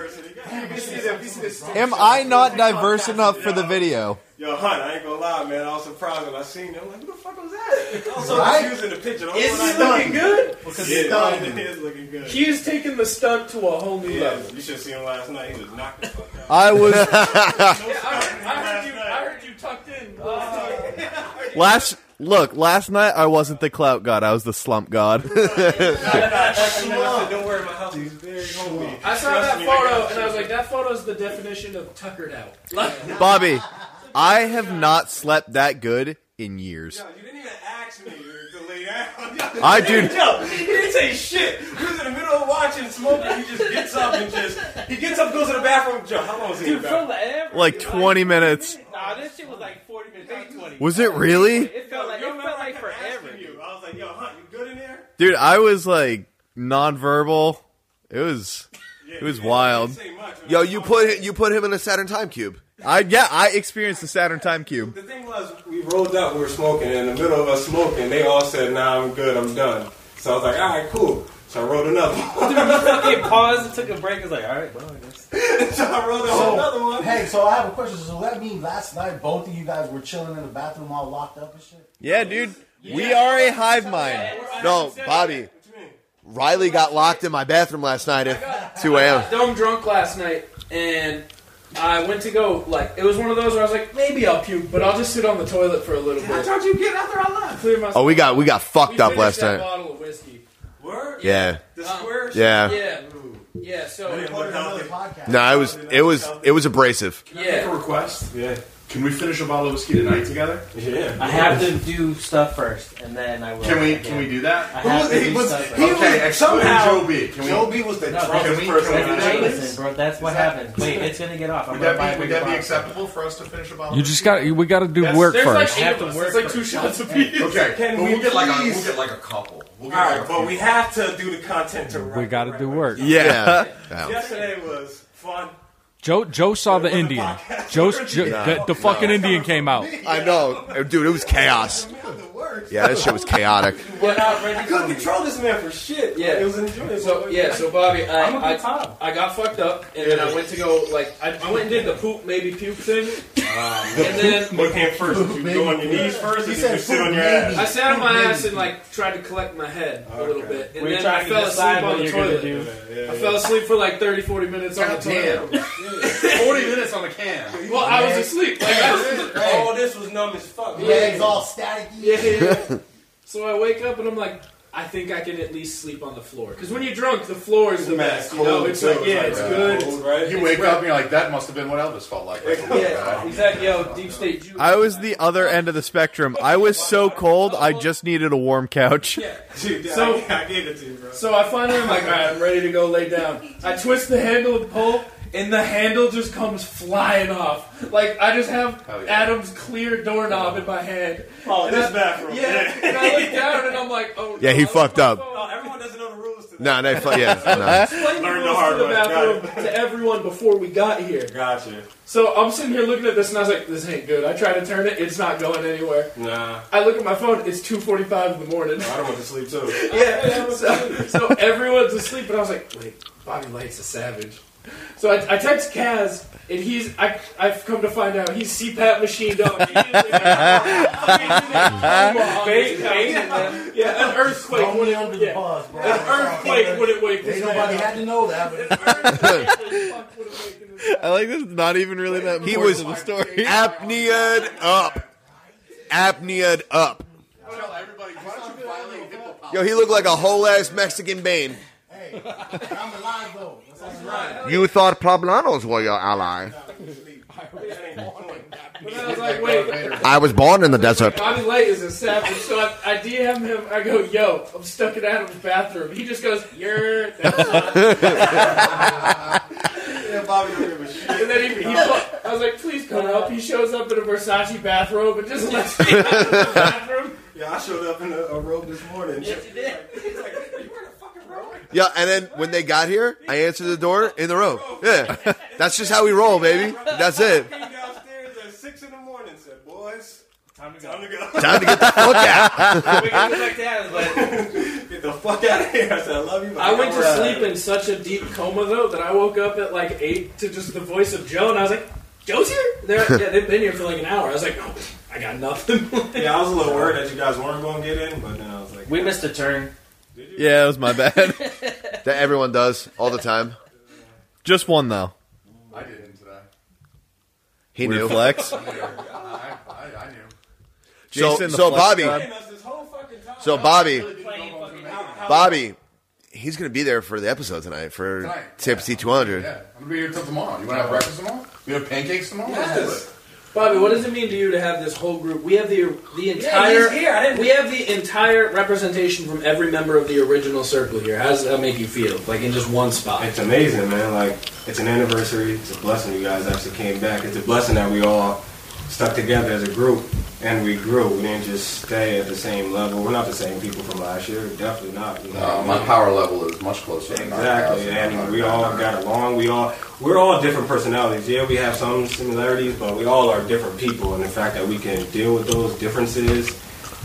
[SPEAKER 4] Am I not diverse enough for the video?
[SPEAKER 10] Yo, hun, I ain't gonna lie, man. I was surprised when I seen it. I'm like, who the fuck was that? I was so
[SPEAKER 9] Right?
[SPEAKER 10] confused in the picture. The
[SPEAKER 7] Is
[SPEAKER 10] whole
[SPEAKER 7] it
[SPEAKER 10] time I-
[SPEAKER 7] looking good?
[SPEAKER 9] Because
[SPEAKER 10] Yeah,
[SPEAKER 9] it's done.
[SPEAKER 10] it is looking good.
[SPEAKER 7] He is taking the stunt to a whole new
[SPEAKER 10] Yeah,
[SPEAKER 7] level.
[SPEAKER 10] you should have seen him last night. He was knocked the fuck out.
[SPEAKER 4] I was
[SPEAKER 7] Yeah, I heard, I heard you. I heard you tucked in. Uh,
[SPEAKER 4] last. Look, last night I wasn't the clout god. I was the slump god.
[SPEAKER 10] And then I said, don't worry, my house is very homey.
[SPEAKER 7] I saw that photo and I was like, that photo is the definition of tuckered out. Like,
[SPEAKER 4] Bobby, I have not slept that good in years.
[SPEAKER 10] Yo, you didn't even ask me to lay down.
[SPEAKER 4] I do.
[SPEAKER 10] Yo, he didn't say shit. He was in the middle of watching smoking. He just gets up and just he gets up, goes to the bathroom. Yo, how long is he in
[SPEAKER 8] Dude,
[SPEAKER 10] the
[SPEAKER 8] from
[SPEAKER 10] bathroom?
[SPEAKER 8] the average,
[SPEAKER 4] Like 20 minutes.
[SPEAKER 8] Nah, this shit was like 40 minutes. not 20.
[SPEAKER 4] Was it really?
[SPEAKER 8] It felt like,
[SPEAKER 10] Yo,
[SPEAKER 8] it
[SPEAKER 10] you remember
[SPEAKER 8] felt like
[SPEAKER 10] I kept asking
[SPEAKER 8] forever.
[SPEAKER 10] You. I was like, yo, huh, you good in there?
[SPEAKER 4] Dude, I was like nonverbal. It was it was wild.
[SPEAKER 10] Say much. man.
[SPEAKER 5] Yo, you put you put him in a Saturn time cube.
[SPEAKER 4] I yeah, I experienced the Saturn time cube.
[SPEAKER 10] The thing was, we rolled up, we were smoking, and in the middle of us smoking, they all said, nah, I'm good, I'm done. So I was like, all right, cool. So I rolled another one.
[SPEAKER 8] It paused and took a break. It was like, all right, well, I guess.
[SPEAKER 10] so I rolled
[SPEAKER 9] So,
[SPEAKER 10] another one.
[SPEAKER 9] Hey, so I have a question. So that mean last night both of you guys were chilling in the bathroom all locked up and shit?
[SPEAKER 4] Yeah, dude. We are a hive mind.
[SPEAKER 5] No, Bobby. Riley got locked in my bathroom last night at 2 a.m.
[SPEAKER 7] dumb drunk last night and I went to go, like, it was one of those where I was like, maybe I'll puke, but I'll just sit on the toilet for a little
[SPEAKER 10] How
[SPEAKER 7] bit.
[SPEAKER 10] did you get after I left?
[SPEAKER 7] Clear myself.
[SPEAKER 5] Oh, we got we got
[SPEAKER 7] We
[SPEAKER 5] fucked up
[SPEAKER 7] finished
[SPEAKER 5] last
[SPEAKER 7] that
[SPEAKER 5] night.
[SPEAKER 7] bottle of whiskey.
[SPEAKER 10] Word?
[SPEAKER 5] Yeah,
[SPEAKER 10] The square
[SPEAKER 5] yeah.
[SPEAKER 7] Yeah. Yeah, so.
[SPEAKER 9] Recorded another podcast.
[SPEAKER 5] No, it was it was it was abrasive.
[SPEAKER 7] Yeah.
[SPEAKER 10] request? Yeah.
[SPEAKER 11] Can we finish a bottle of whiskey tonight together?
[SPEAKER 10] Yeah.
[SPEAKER 8] I have to do stuff first, and then I will.
[SPEAKER 11] Can we? Can we do that?
[SPEAKER 8] I have to do
[SPEAKER 9] was-
[SPEAKER 8] stuff
[SPEAKER 9] he
[SPEAKER 8] first.
[SPEAKER 11] Okay, exclude
[SPEAKER 10] somehow-
[SPEAKER 11] Joe B. Can we?
[SPEAKER 9] Joe B was the
[SPEAKER 8] No,
[SPEAKER 11] can
[SPEAKER 9] drunkest
[SPEAKER 11] we-
[SPEAKER 9] person.
[SPEAKER 11] can we do
[SPEAKER 9] I
[SPEAKER 11] that?
[SPEAKER 9] know.
[SPEAKER 8] Listen, bro, that's what happens. Wait, it's gonna get off. I'm
[SPEAKER 11] Would
[SPEAKER 8] gonna buy
[SPEAKER 11] that
[SPEAKER 8] a
[SPEAKER 11] be, would
[SPEAKER 8] bigger
[SPEAKER 11] that be
[SPEAKER 8] box.
[SPEAKER 11] acceptable for us to finish a bottle?
[SPEAKER 3] You
[SPEAKER 11] of
[SPEAKER 3] just
[SPEAKER 11] whiskey?
[SPEAKER 3] got. We got to do
[SPEAKER 7] Oh, That's-
[SPEAKER 3] work
[SPEAKER 7] there's
[SPEAKER 3] first.
[SPEAKER 7] like eight
[SPEAKER 8] Have
[SPEAKER 7] of
[SPEAKER 8] to
[SPEAKER 7] us.
[SPEAKER 8] work
[SPEAKER 7] It's like two shots apiece.
[SPEAKER 11] Okay,
[SPEAKER 10] Can
[SPEAKER 11] well,
[SPEAKER 10] we
[SPEAKER 11] we'll get like a,
[SPEAKER 10] please-
[SPEAKER 11] we'll get like a couple. We'll get
[SPEAKER 10] All
[SPEAKER 11] like
[SPEAKER 10] right,
[SPEAKER 11] a
[SPEAKER 10] but we have to do the content to
[SPEAKER 3] we got to do work.
[SPEAKER 5] Yeah.
[SPEAKER 10] Yesterday was fun.
[SPEAKER 3] Joe Joe saw the
[SPEAKER 10] wasn't
[SPEAKER 3] Indian.
[SPEAKER 10] podcast.
[SPEAKER 3] Joe, Joe the, the fucking Indian came out.
[SPEAKER 5] I know, dude. It was chaos. Yeah, that shit was chaotic.
[SPEAKER 10] I couldn't control this man for shit.
[SPEAKER 7] Yeah.
[SPEAKER 10] Like, it was enjoyable.
[SPEAKER 7] So yeah, so Bobby,
[SPEAKER 8] I'm a
[SPEAKER 7] I
[SPEAKER 8] good
[SPEAKER 7] I,
[SPEAKER 8] cop.
[SPEAKER 7] I got fucked up, and then I went to go like I, I went and did the poop maybe puke thing, and then
[SPEAKER 10] what came first? Did you go on your knees first,
[SPEAKER 9] He
[SPEAKER 10] or did
[SPEAKER 9] said
[SPEAKER 10] you sit
[SPEAKER 9] food,
[SPEAKER 10] on your
[SPEAKER 9] maybe.
[SPEAKER 10] ass?
[SPEAKER 7] I sat on my ass and like tried to collect my head a little bit, and
[SPEAKER 8] We're
[SPEAKER 7] then
[SPEAKER 8] trying
[SPEAKER 7] I
[SPEAKER 8] to
[SPEAKER 7] fell
[SPEAKER 8] decide
[SPEAKER 7] asleep
[SPEAKER 8] what
[SPEAKER 7] on the
[SPEAKER 8] you're gonna
[SPEAKER 7] toilet.
[SPEAKER 8] do.
[SPEAKER 7] I fell asleep for like 30, 40 minutes on the toilet.
[SPEAKER 11] Forty minutes on the can.
[SPEAKER 7] Well, I was asleep. Like, I was-
[SPEAKER 10] All this was numb as fuck.
[SPEAKER 9] Legs all staticky.
[SPEAKER 7] yeah, yeah, yeah. So I wake up and I'm like. I think I can at least sleep on the floor because when you're drunk, the floor is the
[SPEAKER 10] Man,
[SPEAKER 7] best. You know,
[SPEAKER 10] cold,
[SPEAKER 7] it's like
[SPEAKER 10] too.
[SPEAKER 7] yeah,
[SPEAKER 10] It's
[SPEAKER 7] it's
[SPEAKER 10] like,
[SPEAKER 7] good.
[SPEAKER 10] cold,
[SPEAKER 7] It's,
[SPEAKER 10] right?
[SPEAKER 11] You wake up and you're like, that must have been what Elvis felt like.
[SPEAKER 7] yeah, exactly. Yo, deep state. Jew.
[SPEAKER 4] I was the other end of the spectrum. I was so cold, I just needed a warm couch.
[SPEAKER 10] Dude,
[SPEAKER 7] So-
[SPEAKER 10] I, I gave it to you, bro.
[SPEAKER 7] So I finally, I'm like, all right, I'm ready to go lay down. I twist the handle of the pole, and the handle just comes flying off. Like I just have
[SPEAKER 11] Hell yeah.
[SPEAKER 7] Adam's clear doorknob in my hand.
[SPEAKER 10] Oh,
[SPEAKER 7] And
[SPEAKER 10] this
[SPEAKER 7] I-
[SPEAKER 10] bathroom.
[SPEAKER 7] Yeah, and I look down and I'm like, oh.
[SPEAKER 5] Yeah,
[SPEAKER 7] no,
[SPEAKER 5] he
[SPEAKER 7] that's
[SPEAKER 5] fucked
[SPEAKER 7] my
[SPEAKER 5] up.
[SPEAKER 7] fault.
[SPEAKER 10] Oh, everyone doesn't know the rules to
[SPEAKER 5] No, no, fu- yeah,
[SPEAKER 7] Explain the
[SPEAKER 10] Learned the
[SPEAKER 7] rules
[SPEAKER 10] hard
[SPEAKER 7] to the
[SPEAKER 10] way. Got
[SPEAKER 7] bathroom
[SPEAKER 10] it.
[SPEAKER 7] to everyone before we got here.
[SPEAKER 10] Gotcha.
[SPEAKER 7] So I'm sitting here looking at this, and I was like, this ain't good. I try to turn it, it's not going anywhere.
[SPEAKER 10] Nah,
[SPEAKER 7] I look at my phone, it's 2:45 in the morning.
[SPEAKER 10] I don't want to sleep too.
[SPEAKER 7] Yeah, so, so everyone's asleep, and I was like, wait, Bobby Light's a savage. So I, I text Kaz, and he's, I, I've come to find out, he's CPAP machine dog. He is like, yeah, an earthquake
[SPEAKER 9] Throw me under
[SPEAKER 7] wouldn't,
[SPEAKER 9] the
[SPEAKER 7] yeah,
[SPEAKER 9] bus, bro.
[SPEAKER 7] an earthquake wouldn't wake this
[SPEAKER 9] Ain't
[SPEAKER 7] man
[SPEAKER 9] nobody
[SPEAKER 7] up.
[SPEAKER 9] had to know that. But
[SPEAKER 7] An earthquake wouldn't wake this man
[SPEAKER 4] I like this. is Not even really that.
[SPEAKER 5] He
[SPEAKER 4] important
[SPEAKER 5] was-
[SPEAKER 4] of a story.
[SPEAKER 5] no. Apneaed up. Apneaed up.
[SPEAKER 11] Tell everybody, why don't you violate hippopotamus?
[SPEAKER 5] Yo, he looked like a whole ass Mexican Bane.
[SPEAKER 9] hey, I'm alive though. That's all right.
[SPEAKER 5] You thought poblanos were your ally.
[SPEAKER 7] up. But then I was like, wait,
[SPEAKER 5] I was born in the desert.
[SPEAKER 7] Bobby Light is a savage, so I, I DM him. I go, "Yo, I'm stuck in Adam's bathroom." He just goes, "You're," that's not-"
[SPEAKER 10] Yeah, Bobby don't give a shit.
[SPEAKER 7] and then he, he. I was like, "Please come up." He shows up in a Versace bathrobe and just lets me out of the bathroom.
[SPEAKER 10] Yeah, Yeah, I showed up in a, a robe this morning. Yes, you did. He's like, you wearing a fucking robe?
[SPEAKER 5] Yeah, and then when they got here, I answered the door in the robe. Yeah, that's just how we roll, baby. That's it.
[SPEAKER 10] Came downstairs at six in the morning. Said, boys. Time to go. Time to
[SPEAKER 5] Time to get the fuck out. We can
[SPEAKER 10] like that, but get the fuck out of here. I said, I love you. but
[SPEAKER 7] I went to
[SPEAKER 10] gotta
[SPEAKER 7] sleep
[SPEAKER 10] ride.
[SPEAKER 7] in such a deep coma though that I woke up at like eight to just the voice of Joe, and I was like, "Joe's here." They're, yeah, they've been here for like an hour. I was like, "Oh, I got nothing."
[SPEAKER 10] Yeah, I was a little worried that you guys weren't going to get in, but then I was like,
[SPEAKER 8] We missed a turn.
[SPEAKER 4] Yeah, it was my bad.
[SPEAKER 5] that everyone does all the time.
[SPEAKER 4] Just one though.
[SPEAKER 11] I didn't today.
[SPEAKER 5] He
[SPEAKER 4] Weird
[SPEAKER 5] knew.
[SPEAKER 4] flex.
[SPEAKER 11] I, I, I knew.
[SPEAKER 5] So,
[SPEAKER 4] Jason, the
[SPEAKER 5] so
[SPEAKER 4] flex
[SPEAKER 5] Bobby.
[SPEAKER 4] god.
[SPEAKER 5] So Bobby. Bobby. He's gonna be there for the episode tonight for
[SPEAKER 11] Tonight.
[SPEAKER 5] Tipsy 200.
[SPEAKER 11] Yeah, I'm gonna be here till tomorrow. You wanna have breakfast tomorrow? We have pancakes tomorrow. Let's do it.
[SPEAKER 7] Bobby, what does it mean to you to have this whole group? We have the er- the entire
[SPEAKER 6] he's here. I didn't-
[SPEAKER 7] we have the entire representation from every member of the original circle here. How does that make you feel? Like in just one spot?
[SPEAKER 10] It's amazing, man. Like it's an anniversary. It's a blessing you guys actually came back. It's a blessing that we all stuck together as a group and we grew. We didn't just stay at the same level. We're not the same people from last year. Definitely not. You know
[SPEAKER 11] Uh,
[SPEAKER 10] what I
[SPEAKER 11] my
[SPEAKER 10] mean?
[SPEAKER 11] power level is much closer. than
[SPEAKER 10] Exactly,
[SPEAKER 11] 9,000.
[SPEAKER 10] and we all got along. We all we're all different personalities. Yeah, we have some similarities, but we all are different people. And the fact that we can deal with those differences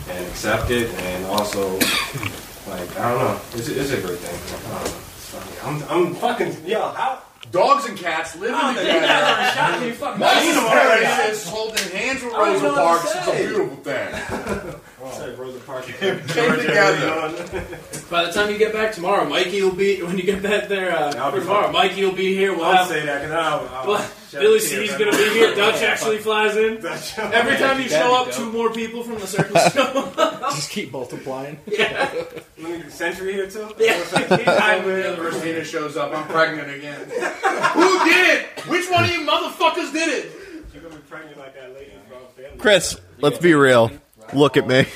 [SPEAKER 10] and accept it, and also like I don't know, it's, it's a great thing. I don't know. It's funny. I'm, I'm fucking yo. How,
[SPEAKER 11] Dogs and cats living
[SPEAKER 10] Oh, they
[SPEAKER 11] together.
[SPEAKER 10] got a shot in your fucking
[SPEAKER 11] Mike's
[SPEAKER 10] face.
[SPEAKER 11] parents holding hands with
[SPEAKER 10] I don't
[SPEAKER 11] Rosa
[SPEAKER 10] know what to
[SPEAKER 11] Parks. It's
[SPEAKER 10] say.
[SPEAKER 11] a beautiful thing.
[SPEAKER 10] Sorry, Rosa Parks.
[SPEAKER 11] Came together.
[SPEAKER 7] By the time you get back tomorrow, Mikey will be when you get back there uh,
[SPEAKER 10] I'll be
[SPEAKER 7] tomorrow.
[SPEAKER 10] fine.
[SPEAKER 7] Mikey will be here. We'll
[SPEAKER 10] Don't
[SPEAKER 7] have
[SPEAKER 10] say that because I
[SPEAKER 7] Well, Billy C's gonna be here. Dutch actually flies in. Every time you show up, two more people from the circle show up.
[SPEAKER 10] Just
[SPEAKER 7] keep multiplying.
[SPEAKER 10] Let me century here too.
[SPEAKER 11] I'm the Christina shows up. I'm pregnant again. Who did it? Which one of you motherfuckers did it?
[SPEAKER 10] You're gonna be pregnant like that lady from family.
[SPEAKER 4] Chris, let's be real. Look at me.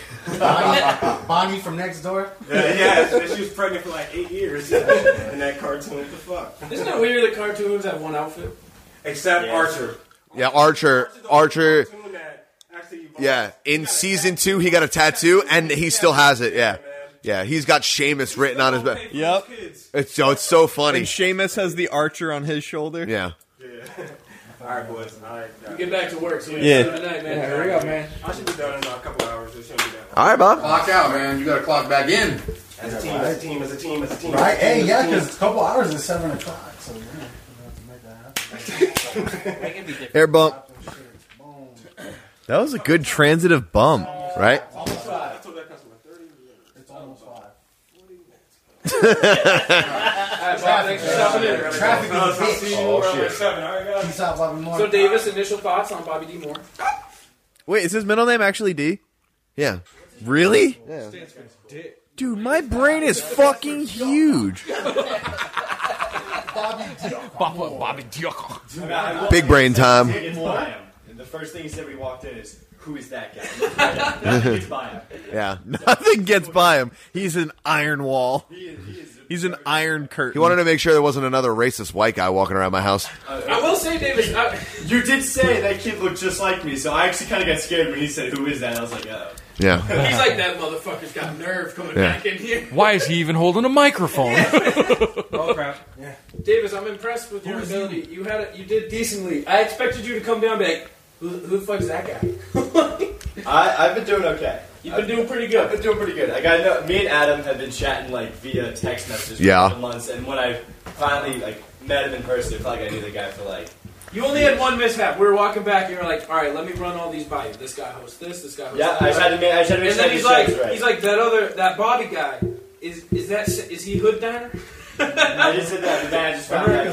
[SPEAKER 9] Bonnie from next door.
[SPEAKER 10] Yeah, yeah, she was pregnant for like eight years in that cartoon. What the fuck?
[SPEAKER 7] Isn't it weird that cartoons have one outfit?
[SPEAKER 10] Except Archer.
[SPEAKER 5] Yeah, Archer. Archer.
[SPEAKER 10] Actually, you
[SPEAKER 5] Yeah, in season two, he got a tattoo, and he still has it. Yeah, yeah, he's got Seamus written on his back.
[SPEAKER 4] Yep.
[SPEAKER 5] It's so it's so funny.
[SPEAKER 4] And Seamus has the archer on his shoulder.
[SPEAKER 5] Yeah,
[SPEAKER 10] All right, boys. All right.
[SPEAKER 7] You get back to work, so we
[SPEAKER 4] Yeah.
[SPEAKER 7] yeah. have night, man.
[SPEAKER 10] Yeah,
[SPEAKER 7] hurry up, man.
[SPEAKER 10] I should be done in a couple hours. It shouldn't be that.
[SPEAKER 5] All right, Bob.
[SPEAKER 11] Clock out, man. You gotta clock back in.
[SPEAKER 10] As a team, as a team, as a team, as a team.
[SPEAKER 9] Right?
[SPEAKER 10] as a
[SPEAKER 9] Hey,
[SPEAKER 10] team, as a
[SPEAKER 9] yeah,
[SPEAKER 10] team.
[SPEAKER 9] because a couple hours is seven o'clock. So yeah, we have to make that happen.
[SPEAKER 4] Air bump. That was a good transitive bump, right?
[SPEAKER 9] Almost five.
[SPEAKER 10] So that customer, 30
[SPEAKER 9] It's almost five.
[SPEAKER 7] thanks for stopping in.
[SPEAKER 9] Traffic is a bitch.
[SPEAKER 10] Oh, shit. Seven. All right, guys.
[SPEAKER 9] Peace out, Bobby Moore.
[SPEAKER 7] So, Davis, initial thoughts on Bobby D. Moore?
[SPEAKER 4] Wait, is his middle name actually D?
[SPEAKER 5] yeah.
[SPEAKER 4] Really?
[SPEAKER 5] Yeah.
[SPEAKER 4] Dude, my brain is fucking huge.
[SPEAKER 9] Bobby D.
[SPEAKER 5] Big brain time.
[SPEAKER 6] It's Byam. And the first thing he said when he walked in is, "Who is that guy?" it's Byam.
[SPEAKER 5] Yeah.
[SPEAKER 4] Nothing gets by him. He's an iron wall.
[SPEAKER 6] He is, he is
[SPEAKER 4] He's an iron curtain.
[SPEAKER 5] He wanted to make sure there wasn't another racist white guy walking around my house.
[SPEAKER 7] I will say, uh, Davis, I,
[SPEAKER 6] Uh, You did say that kid looked just like me, so I actually kind of got scared when he said, "Who is that?" I was like, "Oh."
[SPEAKER 5] Yeah.
[SPEAKER 7] he's like that motherfucker's got nerve coming
[SPEAKER 5] Yeah.
[SPEAKER 7] back in here.
[SPEAKER 3] Why is he even holding a microphone?
[SPEAKER 8] Oh crap!
[SPEAKER 7] Davis, I'm impressed with your ability. You had a, you did decently. I expected you to come down and be like, who, who the fuck's that guy?
[SPEAKER 6] I, I've been doing okay.
[SPEAKER 7] You've been
[SPEAKER 6] I've-
[SPEAKER 7] doing pretty
[SPEAKER 6] I've
[SPEAKER 7] good.
[SPEAKER 6] been doing pretty good. Like I know, me and Adam have been chatting like via text messages for
[SPEAKER 5] Yeah.
[SPEAKER 6] months, and when I finally like met him in person, I felt like I knew the guy for like.
[SPEAKER 7] You only had one mishap. We were walking back, and you were like, "All right, let me run all these by you. This guy hosts this. This guy hosts
[SPEAKER 6] Yeah,
[SPEAKER 7] that."
[SPEAKER 6] I tried to make. I tried to make sure
[SPEAKER 7] and then
[SPEAKER 6] I
[SPEAKER 7] he's
[SPEAKER 6] did
[SPEAKER 7] like,
[SPEAKER 6] shows right.
[SPEAKER 7] he's like that other that body guy. Is is that is he hood diner?
[SPEAKER 6] I just said that, but then I just found out.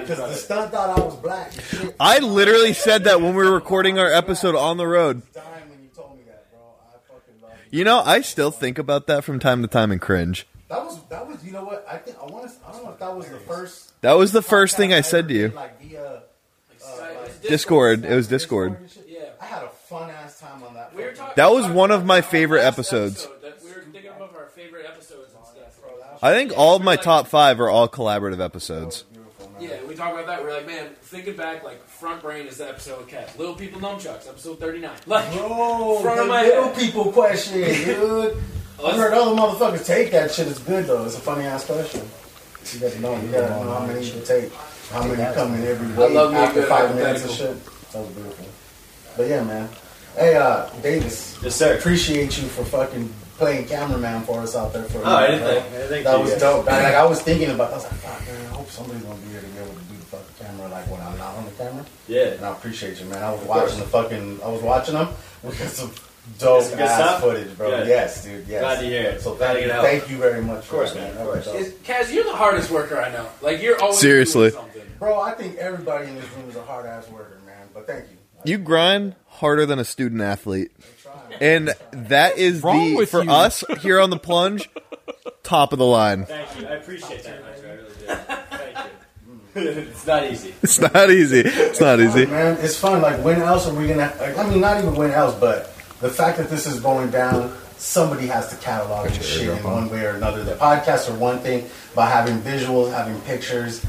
[SPEAKER 9] Because the stunt thought I was black. and shit.
[SPEAKER 4] I literally said that when we were recording our episode on the road.
[SPEAKER 9] Dying when you told me that, bro. I fucking love you.
[SPEAKER 4] You know, I still think about that from time to time and cringe.
[SPEAKER 9] That was that was you know what I think I want to I don't know if that was the first
[SPEAKER 4] That was the first thing I said to you.
[SPEAKER 9] like via
[SPEAKER 4] Discord. It was Discord.
[SPEAKER 9] and shit.
[SPEAKER 7] Yeah.
[SPEAKER 9] I had a fun ass time on that.
[SPEAKER 7] We were
[SPEAKER 9] fucking-
[SPEAKER 7] talking.
[SPEAKER 4] That was
[SPEAKER 7] about-
[SPEAKER 4] one of my
[SPEAKER 7] about
[SPEAKER 4] favorite
[SPEAKER 7] last
[SPEAKER 4] episodes.
[SPEAKER 7] episode, that we were thinking of our favorite episodes and stuff.
[SPEAKER 4] I think all of my top five are all collaborative episodes.
[SPEAKER 9] Beautiful. man.
[SPEAKER 7] Yeah, we talk about that. We're like, man, thinking back, like front brain is the episode of Cat. Little people nunchucks, episode thirty nine. Like,
[SPEAKER 9] Bro,
[SPEAKER 7] front
[SPEAKER 9] the
[SPEAKER 7] of my
[SPEAKER 9] little
[SPEAKER 7] head.
[SPEAKER 9] people question, dude. I've heard other motherfuckers take that shit. It's good though. It's a funny ass question. You gotta know. You gotta know how many you can take. How many come in every
[SPEAKER 7] I
[SPEAKER 9] day
[SPEAKER 7] love me a
[SPEAKER 9] after
[SPEAKER 7] good
[SPEAKER 9] five minutes and
[SPEAKER 7] hypothetical.
[SPEAKER 9] shit. That was beautiful. But yeah, man. Hey, uh, Davis.
[SPEAKER 6] Yes, sir.
[SPEAKER 9] Appreciate you for fucking playing cameraman for us out there for. a
[SPEAKER 6] Oh,
[SPEAKER 9] minute,
[SPEAKER 6] anything.
[SPEAKER 9] bro.
[SPEAKER 6] Anything
[SPEAKER 9] That
[SPEAKER 6] to
[SPEAKER 9] was
[SPEAKER 6] you.
[SPEAKER 9] dope. man. Like I was thinking about. I was like, fuck, man. I hope somebody's gonna be here to be able to do the fucking camera like when I'm not on the camera.
[SPEAKER 6] Yeah.
[SPEAKER 9] And I appreciate you, man. I was
[SPEAKER 6] Of
[SPEAKER 9] watching
[SPEAKER 6] course.
[SPEAKER 9] the fucking. I was watching them. We got some dope
[SPEAKER 6] Some good
[SPEAKER 9] ass
[SPEAKER 6] stuff?
[SPEAKER 9] footage, bro.
[SPEAKER 6] Good.
[SPEAKER 9] Yes, dude. Yes.
[SPEAKER 6] Glad to hear it.
[SPEAKER 9] So
[SPEAKER 6] Glad to
[SPEAKER 9] thank you,
[SPEAKER 6] get out.
[SPEAKER 9] thank you very much. Of
[SPEAKER 6] course,
[SPEAKER 9] man.
[SPEAKER 7] Is- Kaz, you're the hardest worker I know. Like, you're always
[SPEAKER 4] Seriously.
[SPEAKER 7] doing something.
[SPEAKER 9] Bro, I think everybody in this room is a hard ass worker, man. But thank you.
[SPEAKER 4] You grind harder than a student athlete. And that is
[SPEAKER 9] wrong
[SPEAKER 4] the
[SPEAKER 9] with
[SPEAKER 4] for
[SPEAKER 9] you?
[SPEAKER 4] us here on the plunge, top of the line.
[SPEAKER 6] Thank you. I appreciate that, Nigel. I really do. Thank you. it's not easy.
[SPEAKER 4] It's not easy. It's not easy.
[SPEAKER 9] Man, it's fun. Like, when else are we gonna? Like, I mean, not even when else, but the fact that this is going down, somebody has to catalog this shit in one way or another. The podcasts are one thing, but having visuals, having pictures,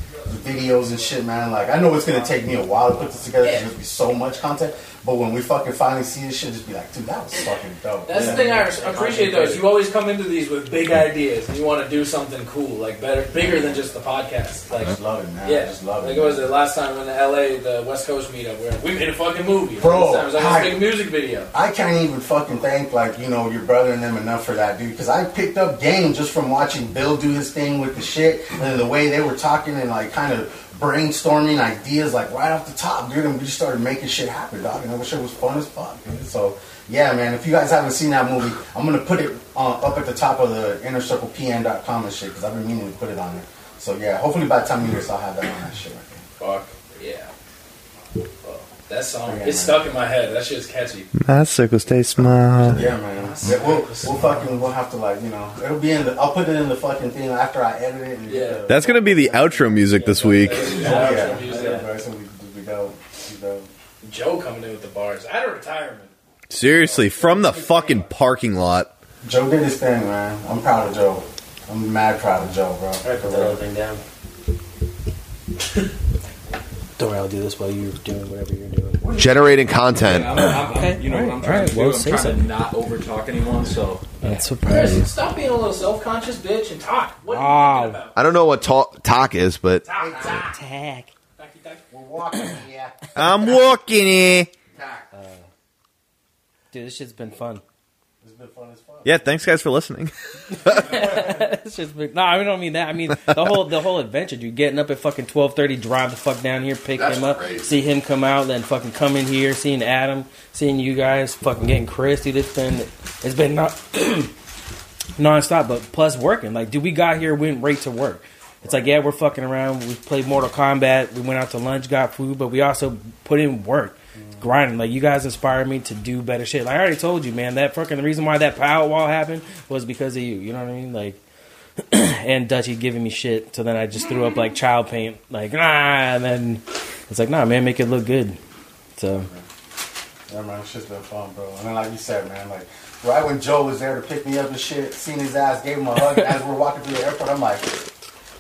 [SPEAKER 9] videos and shit, man. Like, I know it's gonna take me a while to put this together. 'cause There's gonna be so much content, but when we fucking finally see this shit, just be like, dude, that was fucking dope.
[SPEAKER 7] That's the
[SPEAKER 9] Yeah.
[SPEAKER 7] thing I res- appreciate though is you always come into these with big ideas and you want to do something cool, like better, bigger than just the podcast. Like,
[SPEAKER 9] I just love it, man.
[SPEAKER 7] Yeah,
[SPEAKER 9] I just love it.
[SPEAKER 7] like what was it last time when the LA the West Coast meetup where we made a fucking movie.
[SPEAKER 9] Bro,
[SPEAKER 7] This time it was like let's
[SPEAKER 9] I-
[SPEAKER 7] make a music video.
[SPEAKER 9] I can't even fucking thank like you know your brother and them enough for that dude because I picked up game just from watching Bill do his thing with the shit and the way they were talking and like kind of brainstorming ideas like right off the top, dude. And we just started making shit happen, dog. And that shit was fun as fuck. Dude. So yeah, man. If you guys haven't seen that movie, I'm gonna put it uh, up at the top of the innercirclepn.com and shit because I've been meaning to put it on there. So yeah, hopefully by the time you hear this, I'll have that on that shit.
[SPEAKER 7] Fuck yeah. Fuck. That song,
[SPEAKER 9] Yeah,
[SPEAKER 7] it's
[SPEAKER 9] man.
[SPEAKER 7] stuck in my head. That shit's catchy.
[SPEAKER 4] My circles they smile.
[SPEAKER 9] Yeah, man. Yeah, we'll, we'll fucking we'll have to like you know it'll be in the I'll put it in the fucking thing after I edit it. And yeah. The,
[SPEAKER 4] That's gonna be the outro music this week.
[SPEAKER 9] yeah, yeah, bro, so we, we go. We go.
[SPEAKER 7] Joe coming in with the bars out of retirement.
[SPEAKER 4] Seriously, from the fucking parking lot.
[SPEAKER 9] Joe did his thing, man. I'm proud of Joe. I'm mad proud of Joe, bro.
[SPEAKER 6] put that other thing down.
[SPEAKER 8] Don't worry, I'll do this while you're doing whatever you're doing.
[SPEAKER 5] Generating content.
[SPEAKER 8] I'm- I'm- I'm-
[SPEAKER 3] You know what I'm
[SPEAKER 8] Alright,
[SPEAKER 3] trying to do?
[SPEAKER 8] well,
[SPEAKER 3] I'm
[SPEAKER 8] say
[SPEAKER 3] trying
[SPEAKER 8] something.
[SPEAKER 3] to not over talk anyone, so.
[SPEAKER 8] That's
[SPEAKER 7] Chris, stop being a little self conscious bitch and talk. What are you talking about?
[SPEAKER 5] I don't know what talk, talk is, but
[SPEAKER 8] Attack.
[SPEAKER 9] We're walking, yeah.
[SPEAKER 4] I'm walking eh.
[SPEAKER 8] Dude, this shit's been fun.
[SPEAKER 9] It's been fun as fuck.
[SPEAKER 4] Yeah, thanks guys for listening.
[SPEAKER 8] It's just been- no, I don't mean that. I mean the whole the whole adventure, dude. Getting up at fucking twelve thirty, drive the fuck down here, pick
[SPEAKER 11] That's
[SPEAKER 8] him up,
[SPEAKER 11] crazy.
[SPEAKER 8] see him come out, then fucking come in here, seeing Adam, seeing you guys, fucking getting Chris. Dude, it's been it's been not nonstop, but plus working. Like, dude, we got here, went right to work. It's like, yeah, we're fucking around. We played Mortal Kombat. We went out to lunch, got food, but we also put in work,
[SPEAKER 11] Mm.
[SPEAKER 8] grinding. Like, you guys inspired me to do better shit. Like, I already told you, man, that fucking the reason why that power wall happened was because of you. You know what I mean? Like, and Dutchy giving me shit. So then I just threw up like child paint, like, ah, and then it's like, nah, man, make it look good. So,
[SPEAKER 9] Yeah, man, it's just been fun, bro. And then, like you said, man, like right when Joe was there to pick me up and shit, seen his ass, gave him a hug, and as we're walking through the airport, I'm like,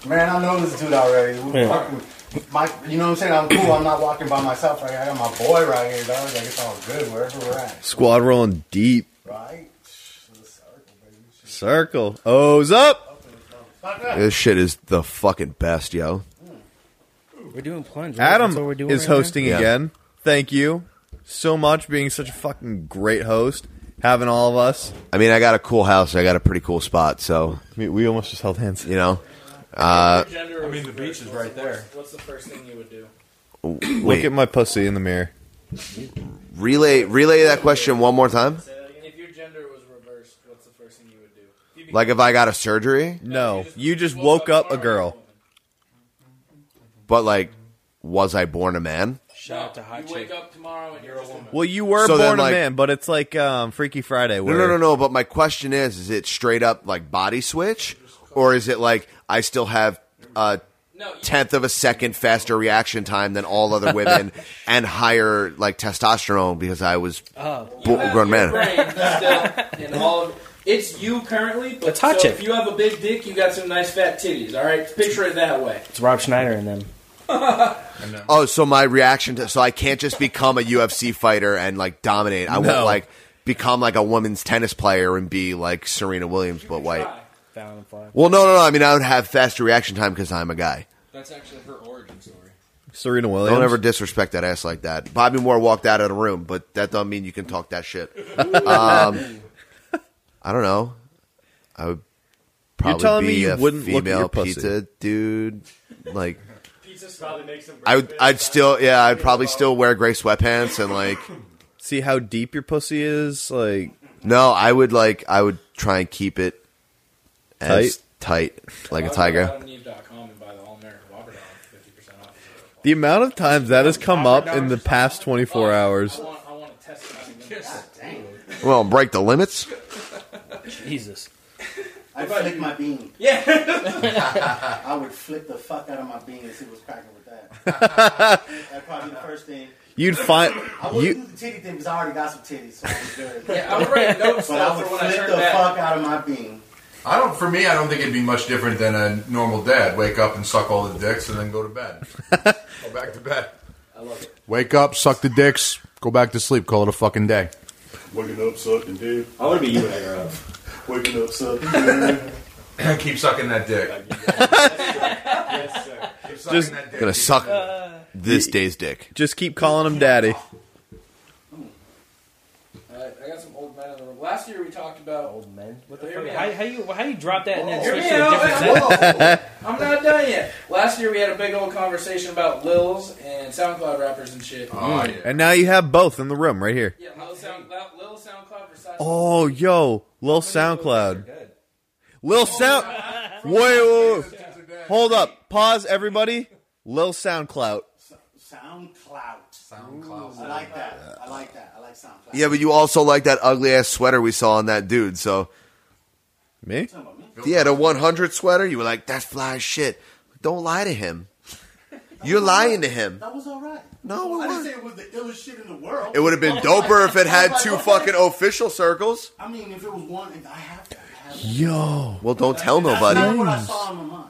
[SPEAKER 9] man, I know this dude already. We
[SPEAKER 8] Yeah.
[SPEAKER 9] fucking, my, you know what I'm saying? I'm cool. I'm not walking by myself right here. I got my boy right here, dog. Like it's all good wherever we're at,
[SPEAKER 4] Squad rolling deep.
[SPEAKER 9] right?
[SPEAKER 4] Circle. O's up.
[SPEAKER 5] this shit is the fucking best, yo.
[SPEAKER 8] we're doing plunge. right? That's what we're
[SPEAKER 4] Adam
[SPEAKER 8] doing
[SPEAKER 4] is
[SPEAKER 8] right now?
[SPEAKER 4] hosting
[SPEAKER 5] Yeah.
[SPEAKER 4] again. Thank you so much being such a fucking great host, having all of us.
[SPEAKER 5] I mean, I got a cool house. I got a pretty cool spot. So
[SPEAKER 4] We, we almost just held hands.
[SPEAKER 5] you know, uh,
[SPEAKER 7] Gender
[SPEAKER 3] I
[SPEAKER 7] was
[SPEAKER 3] mean, the beach is right there.
[SPEAKER 7] What's the first thing you would do?
[SPEAKER 5] wait,
[SPEAKER 4] Look at my pussy in the mirror.
[SPEAKER 5] relay relay that question one more time.
[SPEAKER 7] If your gender was reversed, what's the first thing you would do?
[SPEAKER 5] Like if I got a surgery,
[SPEAKER 4] No, you just woke up a girl.
[SPEAKER 5] but like, was I born a man?
[SPEAKER 8] Shout out to Hot
[SPEAKER 7] You wake
[SPEAKER 8] Chick.
[SPEAKER 7] up tomorrow and you're a woman.
[SPEAKER 4] Well, you were
[SPEAKER 5] So then,
[SPEAKER 4] born a
[SPEAKER 5] like-
[SPEAKER 4] man, but it's like um, Freaky Friday.
[SPEAKER 5] No,
[SPEAKER 4] Where
[SPEAKER 5] no, no, no. But my question is: Is it straight up like body switch, or is it like I still have a
[SPEAKER 7] No, you,
[SPEAKER 5] tenth of a second faster reaction time than all other women and higher like testosterone because I was
[SPEAKER 8] Oh.
[SPEAKER 5] bo-
[SPEAKER 7] have
[SPEAKER 5] grown
[SPEAKER 7] your
[SPEAKER 5] man?
[SPEAKER 7] brain still in all of- it's you currently, but
[SPEAKER 8] Let's hot
[SPEAKER 7] so
[SPEAKER 8] chick.
[SPEAKER 7] if you have a big dick, you got some nice fat titties. All right, picture it that way.
[SPEAKER 8] It's Rob Schneider and them.
[SPEAKER 5] Oh, so my reaction to so I can't just become a UFC fighter and like dominate. I
[SPEAKER 4] No.
[SPEAKER 5] won't like become like a women's tennis player and be like Serena Williams but white.
[SPEAKER 8] Found and fly.
[SPEAKER 5] Well, no, no, no. I mean, I would have faster reaction time because I'm a guy.
[SPEAKER 3] That's actually her origin story.
[SPEAKER 4] Serena Williams.
[SPEAKER 5] Don't ever disrespect that ass like that. Bobby Moore walked out of the room, but that don't mean you can talk that shit. um, I don't know. I would probably
[SPEAKER 4] telling me
[SPEAKER 5] be
[SPEAKER 4] you
[SPEAKER 5] a
[SPEAKER 4] wouldn't look at
[SPEAKER 5] female
[SPEAKER 4] your pussy?
[SPEAKER 5] pizza dude. Like
[SPEAKER 6] Pizza's probably makes some.
[SPEAKER 5] I would, I'd still, yeah, I'd probably still wear gray sweatpants and like.
[SPEAKER 4] see how deep your pussy is. Like
[SPEAKER 5] No, I would like. I would try and keep it as tight, like a tiger.
[SPEAKER 4] the amount of times that has come up in the past 24
[SPEAKER 7] Oh,
[SPEAKER 4] hours.
[SPEAKER 5] Well, break the limits.
[SPEAKER 8] Jesus.
[SPEAKER 9] I'd flick my bean.
[SPEAKER 6] Yeah.
[SPEAKER 9] I would flip the fuck out of my bean and see what's cracking with that. That'd probably be the first thing.
[SPEAKER 4] You'd find
[SPEAKER 9] I wouldn't
[SPEAKER 4] you.
[SPEAKER 9] do the titty thing because I already got some titties, so I'm good.
[SPEAKER 7] Yeah, I would write notes
[SPEAKER 9] but
[SPEAKER 7] down
[SPEAKER 9] I would
[SPEAKER 7] for when I
[SPEAKER 9] flip
[SPEAKER 7] turn
[SPEAKER 9] the
[SPEAKER 7] back.
[SPEAKER 9] fuck out of my bean.
[SPEAKER 11] I don't. For me, I don't think it'd be much different than a normal dad. Wake up and suck all the dicks, and then go to bed. go back to bed.
[SPEAKER 2] Wake up, suck the dicks, go back to sleep, call it a fucking day.
[SPEAKER 11] Waking up, sucking dick.
[SPEAKER 10] I want to be you when I grow up.
[SPEAKER 11] Waking up, sucking dick. Keep sucking that dick. Keep sucking
[SPEAKER 4] Just-
[SPEAKER 11] that dick.
[SPEAKER 5] Gonna suck this day's dick.
[SPEAKER 4] Just keep calling him daddy.
[SPEAKER 7] Alright, I got some old men in the room. Last year we talked about.
[SPEAKER 8] Old men. What the
[SPEAKER 7] Hear
[SPEAKER 8] fuck?
[SPEAKER 7] me
[SPEAKER 8] How,
[SPEAKER 7] out.
[SPEAKER 8] how you how you drop that and then
[SPEAKER 7] Hear
[SPEAKER 8] switch
[SPEAKER 7] me
[SPEAKER 8] to a
[SPEAKER 7] out,
[SPEAKER 8] different
[SPEAKER 7] man.
[SPEAKER 8] set?
[SPEAKER 7] I'm not done yet. Last year we had a big old conversation about Lils and SoundCloud rappers and shit.
[SPEAKER 11] Oh, yeah.
[SPEAKER 4] Mm. And now you have both in the room right here.
[SPEAKER 7] Yeah, Lil, Sound, Lil SoundCloud Versace.
[SPEAKER 4] Oh, yo, Lil SoundCloud.
[SPEAKER 7] Oh,
[SPEAKER 4] Lil Sound. Wait, wait, wait. Hold up. Pause, everybody. Lil SoundCloud.
[SPEAKER 9] SoundCloud. SoundCloud. I like that. I like that. I like SoundCloud.
[SPEAKER 5] Yeah, but you also like that ugly ass sweater we saw on that dude. So
[SPEAKER 4] Me?
[SPEAKER 9] Talking about me?
[SPEAKER 5] yeah, the 100 sweater. You were like, that's fly as shit. Don't lie to him. You're lying to him.
[SPEAKER 9] That was all right.
[SPEAKER 5] No,
[SPEAKER 9] I
[SPEAKER 5] it
[SPEAKER 9] didn't say
[SPEAKER 5] wasn't.
[SPEAKER 9] it was the illest shit in the world.
[SPEAKER 5] It would have been doper if it had two fucking official circles.
[SPEAKER 9] I mean, if it was one, and I have to. I have to.
[SPEAKER 4] Yo.
[SPEAKER 5] Well, don't tell
[SPEAKER 9] That's not
[SPEAKER 5] nobody.
[SPEAKER 9] what I saw in my mind.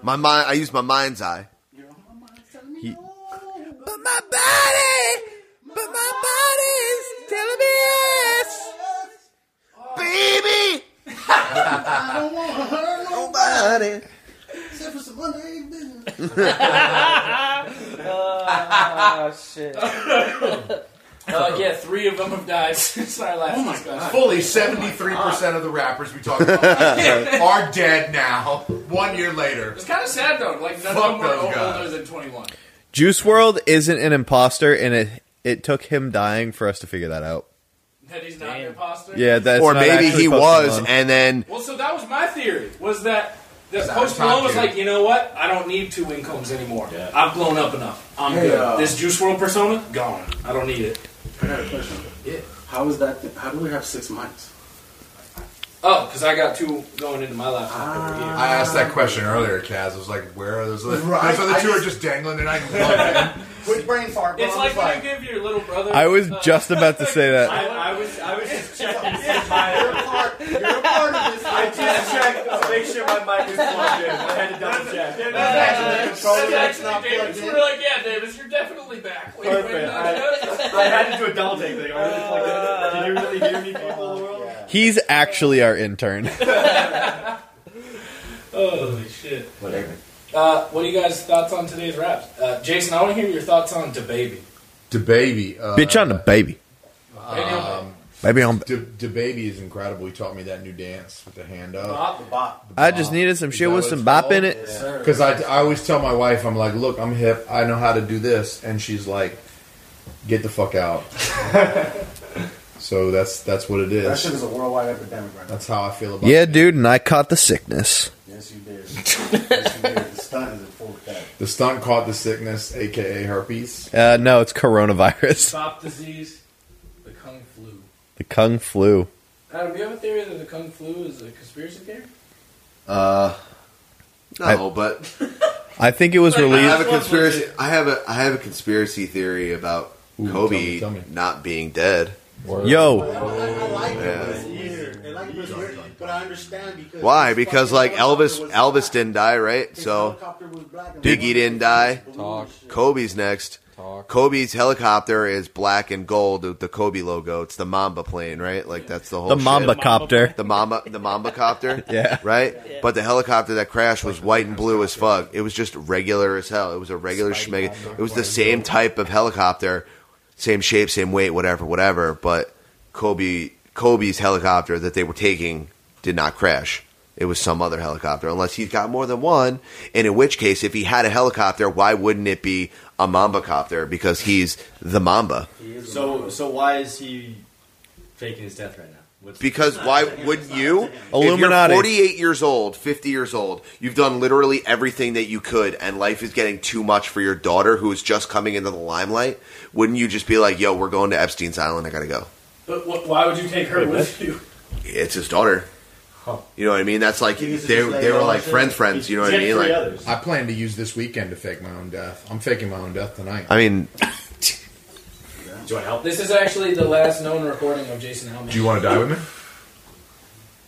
[SPEAKER 5] My mind. I use my mind's eye.
[SPEAKER 9] You know, my mind's telling me no.
[SPEAKER 5] But my body, but my body's telling me yes, baby.
[SPEAKER 9] I don't want to hurt nobody
[SPEAKER 5] Body.
[SPEAKER 9] except for some underage business.
[SPEAKER 8] Oh shit.
[SPEAKER 7] Uh, yeah, three of them have died since our
[SPEAKER 11] Oh
[SPEAKER 7] last discussion.
[SPEAKER 11] Fully 73% of the rappers we talk about are dead now, one year later.
[SPEAKER 7] It's kind of sad though. Like none
[SPEAKER 11] Fuck
[SPEAKER 7] of them were
[SPEAKER 11] those
[SPEAKER 7] older
[SPEAKER 11] guys.
[SPEAKER 7] than 21.
[SPEAKER 4] Juice World isn't an imposter, and it it took him dying for us to figure that out.
[SPEAKER 7] That he's not an imposter.
[SPEAKER 4] Yeah, that's
[SPEAKER 5] Or
[SPEAKER 4] not
[SPEAKER 5] maybe
[SPEAKER 4] actually
[SPEAKER 5] he
[SPEAKER 4] Post
[SPEAKER 5] was,
[SPEAKER 4] Malone.
[SPEAKER 5] and then
[SPEAKER 7] Well, so that was my theory. Was that that
[SPEAKER 11] That's
[SPEAKER 7] Post
[SPEAKER 11] how I
[SPEAKER 7] Malone was
[SPEAKER 11] talked to
[SPEAKER 7] like, you know what? I don't need two incomes anymore. I've blown up enough. I'm
[SPEAKER 9] Hey,
[SPEAKER 7] good.
[SPEAKER 9] uh,
[SPEAKER 7] this Juice World persona gone. I don't need it.
[SPEAKER 9] I got a question.
[SPEAKER 7] Yeah.
[SPEAKER 9] How is that? Th- how do we have six mics?
[SPEAKER 7] Oh, because I got two going into my laptop over
[SPEAKER 9] Ah.
[SPEAKER 7] here.
[SPEAKER 11] I asked that question earlier, Kaz. I was like, where are those other,
[SPEAKER 9] Right,
[SPEAKER 11] those other
[SPEAKER 9] I
[SPEAKER 11] two are just dangling? They're not even plugged in.
[SPEAKER 9] Quick brain fart. bro.
[SPEAKER 7] It's
[SPEAKER 9] I'm
[SPEAKER 7] like
[SPEAKER 9] just
[SPEAKER 7] when you give your little brother.
[SPEAKER 4] I was
[SPEAKER 7] uh,
[SPEAKER 4] just about to say that.
[SPEAKER 6] I was, I was just checking.
[SPEAKER 9] you're a part. You're a part of this.
[SPEAKER 6] I just checked to make sure my mic is plugged in. I had to double check.
[SPEAKER 7] That's
[SPEAKER 9] Controller that's not
[SPEAKER 7] actually Davis.
[SPEAKER 9] plugged
[SPEAKER 7] We're
[SPEAKER 9] in.
[SPEAKER 7] like, yeah, Davis, you're definitely back. Wait, wait,
[SPEAKER 6] Perfect.
[SPEAKER 7] no, no, no.
[SPEAKER 6] I had to do a double take thing. I really plugged in. Did you really hear me, people of the world?
[SPEAKER 4] He's actually our intern.
[SPEAKER 7] Holy shit. Whatever. Uh, what do you guys' thoughts on today's raps? Uh, Jason, I want to hear your thoughts on DaBaby.
[SPEAKER 2] The baby, uh,
[SPEAKER 4] Bitch on the baby.
[SPEAKER 11] Um,
[SPEAKER 4] Baby on.
[SPEAKER 2] the baby is incredible. He taught me that new dance with the hand up.
[SPEAKER 9] Bop, bop.
[SPEAKER 4] I just needed some shit with some bop in it.
[SPEAKER 2] Because I, I always tell my wife, I'm like, look, I'm hip. I know how to do this, and she's like, get the fuck out. so that's that's what it
[SPEAKER 9] That shit
[SPEAKER 2] is.
[SPEAKER 9] is a worldwide epidemic right now.
[SPEAKER 2] That's how I feel about.
[SPEAKER 4] Yeah,
[SPEAKER 2] it.
[SPEAKER 4] dude, and I caught the sickness.
[SPEAKER 9] Yes, you did. yes, you did. The stunt is in full effect.
[SPEAKER 2] The stunt caught the sickness, aka herpes.
[SPEAKER 4] Uh, no, it's coronavirus.
[SPEAKER 7] Stop disease, the Kung Flu.
[SPEAKER 4] The Kung Flu.
[SPEAKER 7] Adam, do you have a theory that the Kung Flu is a conspiracy theory?
[SPEAKER 5] uh, no, but
[SPEAKER 4] I think it was
[SPEAKER 7] Like,
[SPEAKER 5] I
[SPEAKER 4] released.
[SPEAKER 5] have a
[SPEAKER 7] That's what
[SPEAKER 5] conspiracy.
[SPEAKER 7] legit-
[SPEAKER 5] I have a I have a conspiracy theory about
[SPEAKER 2] Ooh,
[SPEAKER 5] Kobe
[SPEAKER 2] tell me, tell me.
[SPEAKER 5] not being dead.
[SPEAKER 4] Yo,
[SPEAKER 9] I like it. It's weird. It like understand, because we're- but I understand because
[SPEAKER 5] Why? Because like Elvis, Elvis didn't die, right? So Biggie didn't die.
[SPEAKER 3] Talk.
[SPEAKER 5] Kobe's next. Kobe's helicopter is black and gold with the Kobe logo. It's the Mamba plane, right? Like that's the whole
[SPEAKER 4] The
[SPEAKER 5] shit.
[SPEAKER 4] Mamba copter.
[SPEAKER 5] The Mamba, the Mamba copter.
[SPEAKER 4] Yeah.
[SPEAKER 5] Right. But the helicopter that crashed was white and blue as fuck. It was just regular as hell. It was a regular schmeg. It was the same type of helicopter, same shape, same weight, whatever, whatever. But Kobe, Kobe's helicopter that they were taking did not crash. It was some other helicopter, unless he's got more than one. And in which case, if he had a helicopter, why wouldn't it be a Mamba copter? Because he's the Mamba.
[SPEAKER 6] So, so why is he faking his death right now? What's
[SPEAKER 5] Because why wouldn't you?
[SPEAKER 4] Illuminati.
[SPEAKER 5] If you're 48 years old, 50 years old, you've done literally everything that you could, and life is getting too much for your daughter who is just coming into the limelight. Wouldn't you just be like, "Yo, we're going to Epstein's Island. I gotta go."
[SPEAKER 7] But wh- why would you take her with you?
[SPEAKER 5] It's his daughter. You know what I mean? That's like they
[SPEAKER 6] He's just
[SPEAKER 5] they
[SPEAKER 6] like,
[SPEAKER 5] were
[SPEAKER 6] oh,
[SPEAKER 5] like
[SPEAKER 6] shit.
[SPEAKER 5] friend friends. You know what I mean?
[SPEAKER 6] He's got three
[SPEAKER 5] Like,
[SPEAKER 6] others.
[SPEAKER 2] I plan to use this weekend to fake my own death. I'm faking my own death tonight.
[SPEAKER 5] I mean,
[SPEAKER 6] Do you want help?
[SPEAKER 7] This is actually the last known recording of Jason Hellman.
[SPEAKER 2] Do you want to die with me?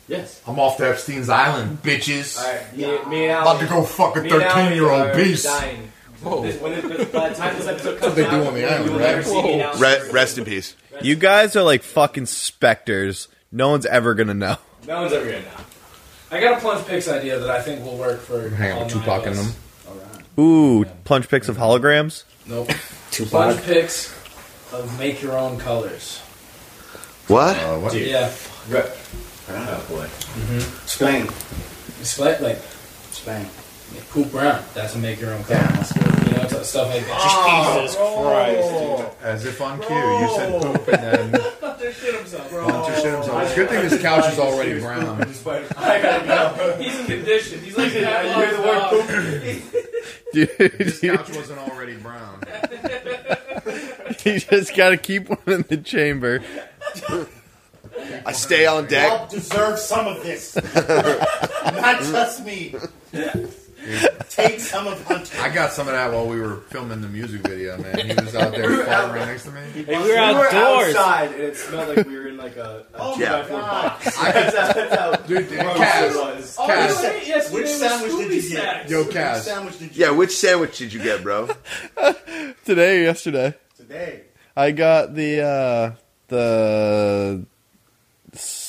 [SPEAKER 7] Yes.
[SPEAKER 2] I'm off to Epstein's Island, bitches.
[SPEAKER 6] All right, me, me and
[SPEAKER 2] About to go fuck a 13 year old beast.
[SPEAKER 6] This, when it, by the time this episode comes
[SPEAKER 2] what they do
[SPEAKER 6] out,
[SPEAKER 2] on the
[SPEAKER 6] you
[SPEAKER 2] island,
[SPEAKER 6] will
[SPEAKER 2] right?
[SPEAKER 6] never see me now.
[SPEAKER 5] re- rest in peace.
[SPEAKER 4] You guys are like fucking specters. No one's ever gonna know.
[SPEAKER 6] No one's ever gonna know.
[SPEAKER 7] I got a plunge picks idea that I think will work for.
[SPEAKER 2] Hang out
[SPEAKER 6] Oh
[SPEAKER 7] all
[SPEAKER 2] with
[SPEAKER 7] nine
[SPEAKER 2] Tupac
[SPEAKER 7] of
[SPEAKER 2] and
[SPEAKER 7] us.
[SPEAKER 2] them.
[SPEAKER 4] Ooh, plunge pics of holograms.
[SPEAKER 7] Nope. Plunge picks of make your own colors.
[SPEAKER 5] What?
[SPEAKER 2] Uh, what?
[SPEAKER 7] Yeah.
[SPEAKER 6] Re- oh boy.
[SPEAKER 9] Explain,
[SPEAKER 7] Explain like
[SPEAKER 9] explain.
[SPEAKER 7] like poop brown. That's a make your own color. You know, it's stuff like that.
[SPEAKER 6] Ah,
[SPEAKER 2] Jesus Christ. As if on cue, you said poop and then. Hunter shit himself. It's a good thing this couch is already brown.
[SPEAKER 7] He's conditioned. He's like
[SPEAKER 6] You hear the word poop?
[SPEAKER 4] Dude,
[SPEAKER 2] This couch wasn't already brown.
[SPEAKER 4] you just gotta keep one in the chamber.
[SPEAKER 5] I stay on deck.
[SPEAKER 9] Help deserves some of this, not just me. Take some of Hunter.
[SPEAKER 2] I got some of that while we were filming the music video, man. He was out there fighting right next to me.
[SPEAKER 8] Hey, we were
[SPEAKER 6] We were
[SPEAKER 8] outdoors.
[SPEAKER 6] outside, and it smelled like we were in like a, a
[SPEAKER 9] Oh
[SPEAKER 6] two
[SPEAKER 5] Yeah.
[SPEAKER 6] by four box.
[SPEAKER 2] I could,
[SPEAKER 6] That's how- that's how
[SPEAKER 2] dude, dude,
[SPEAKER 6] gross it
[SPEAKER 2] Kaz.
[SPEAKER 6] was.
[SPEAKER 7] Oh,
[SPEAKER 2] Cass.
[SPEAKER 7] you ate yesterday
[SPEAKER 9] Which
[SPEAKER 7] with
[SPEAKER 9] sandwich did
[SPEAKER 7] Scooby
[SPEAKER 9] you get?
[SPEAKER 7] snacks.
[SPEAKER 2] Yo,
[SPEAKER 9] Which
[SPEAKER 2] Kaz.
[SPEAKER 9] sandwich did you
[SPEAKER 5] Yeah, which sandwich did you get, bro?
[SPEAKER 4] Today or yesterday,
[SPEAKER 9] today?
[SPEAKER 4] I got the uh the s-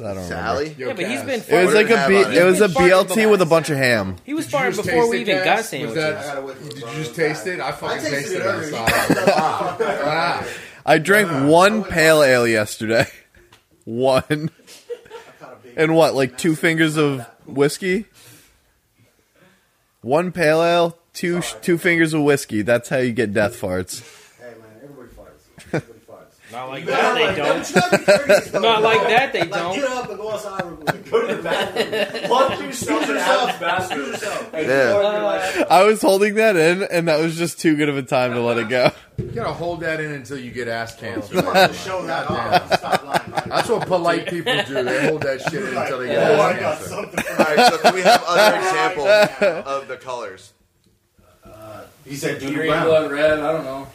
[SPEAKER 4] I don't remember.
[SPEAKER 5] Sally?
[SPEAKER 2] Yo,
[SPEAKER 8] Yeah, but he's
[SPEAKER 2] Kaz.
[SPEAKER 8] been
[SPEAKER 4] It
[SPEAKER 5] What
[SPEAKER 4] was
[SPEAKER 8] fired.
[SPEAKER 4] like
[SPEAKER 5] did it
[SPEAKER 4] a
[SPEAKER 5] have
[SPEAKER 4] B,
[SPEAKER 5] on
[SPEAKER 4] it
[SPEAKER 5] it?
[SPEAKER 4] was a BLT with a bunch of ham.
[SPEAKER 8] He was
[SPEAKER 2] Did you
[SPEAKER 8] fired
[SPEAKER 2] just
[SPEAKER 8] before
[SPEAKER 2] taste
[SPEAKER 8] we
[SPEAKER 2] it,
[SPEAKER 8] even
[SPEAKER 2] Kaz?
[SPEAKER 8] got
[SPEAKER 2] Was
[SPEAKER 8] sandwiches.
[SPEAKER 2] that- Did you just taste it? I fucking
[SPEAKER 9] tasted
[SPEAKER 2] tasted
[SPEAKER 9] it
[SPEAKER 2] it. I
[SPEAKER 9] earlier.
[SPEAKER 2] saw it. Ah.
[SPEAKER 4] I drank one pale ale yesterday. One. And what, like two fingers of whiskey? One pale ale, two two fingers of whiskey. That's how you get death farts.
[SPEAKER 9] Hey man, everybody farts. Everybody farts.
[SPEAKER 8] Not like that, they don't.
[SPEAKER 9] don't.
[SPEAKER 8] Not like that, they
[SPEAKER 9] Like,
[SPEAKER 8] don't.
[SPEAKER 9] get up and go outside real quick.
[SPEAKER 6] Go to the bathroom. Plug yourself in the bathroom. And
[SPEAKER 5] Yeah.
[SPEAKER 6] Lord, you're like,
[SPEAKER 4] I was holding that in, and that was just too good of a time to let it go.
[SPEAKER 2] You gotta hold that in until you get ass cancer.
[SPEAKER 9] You want to show that off. Stop lying.
[SPEAKER 2] That's what polite people do. They hold that shit in until they get
[SPEAKER 9] Oh, I got
[SPEAKER 2] ass cancer.
[SPEAKER 9] something. For
[SPEAKER 5] All right, so can we have other examples of the colors?
[SPEAKER 9] Uh, He said, "Dude
[SPEAKER 7] Green
[SPEAKER 9] Brown."
[SPEAKER 7] blood red. I don't know.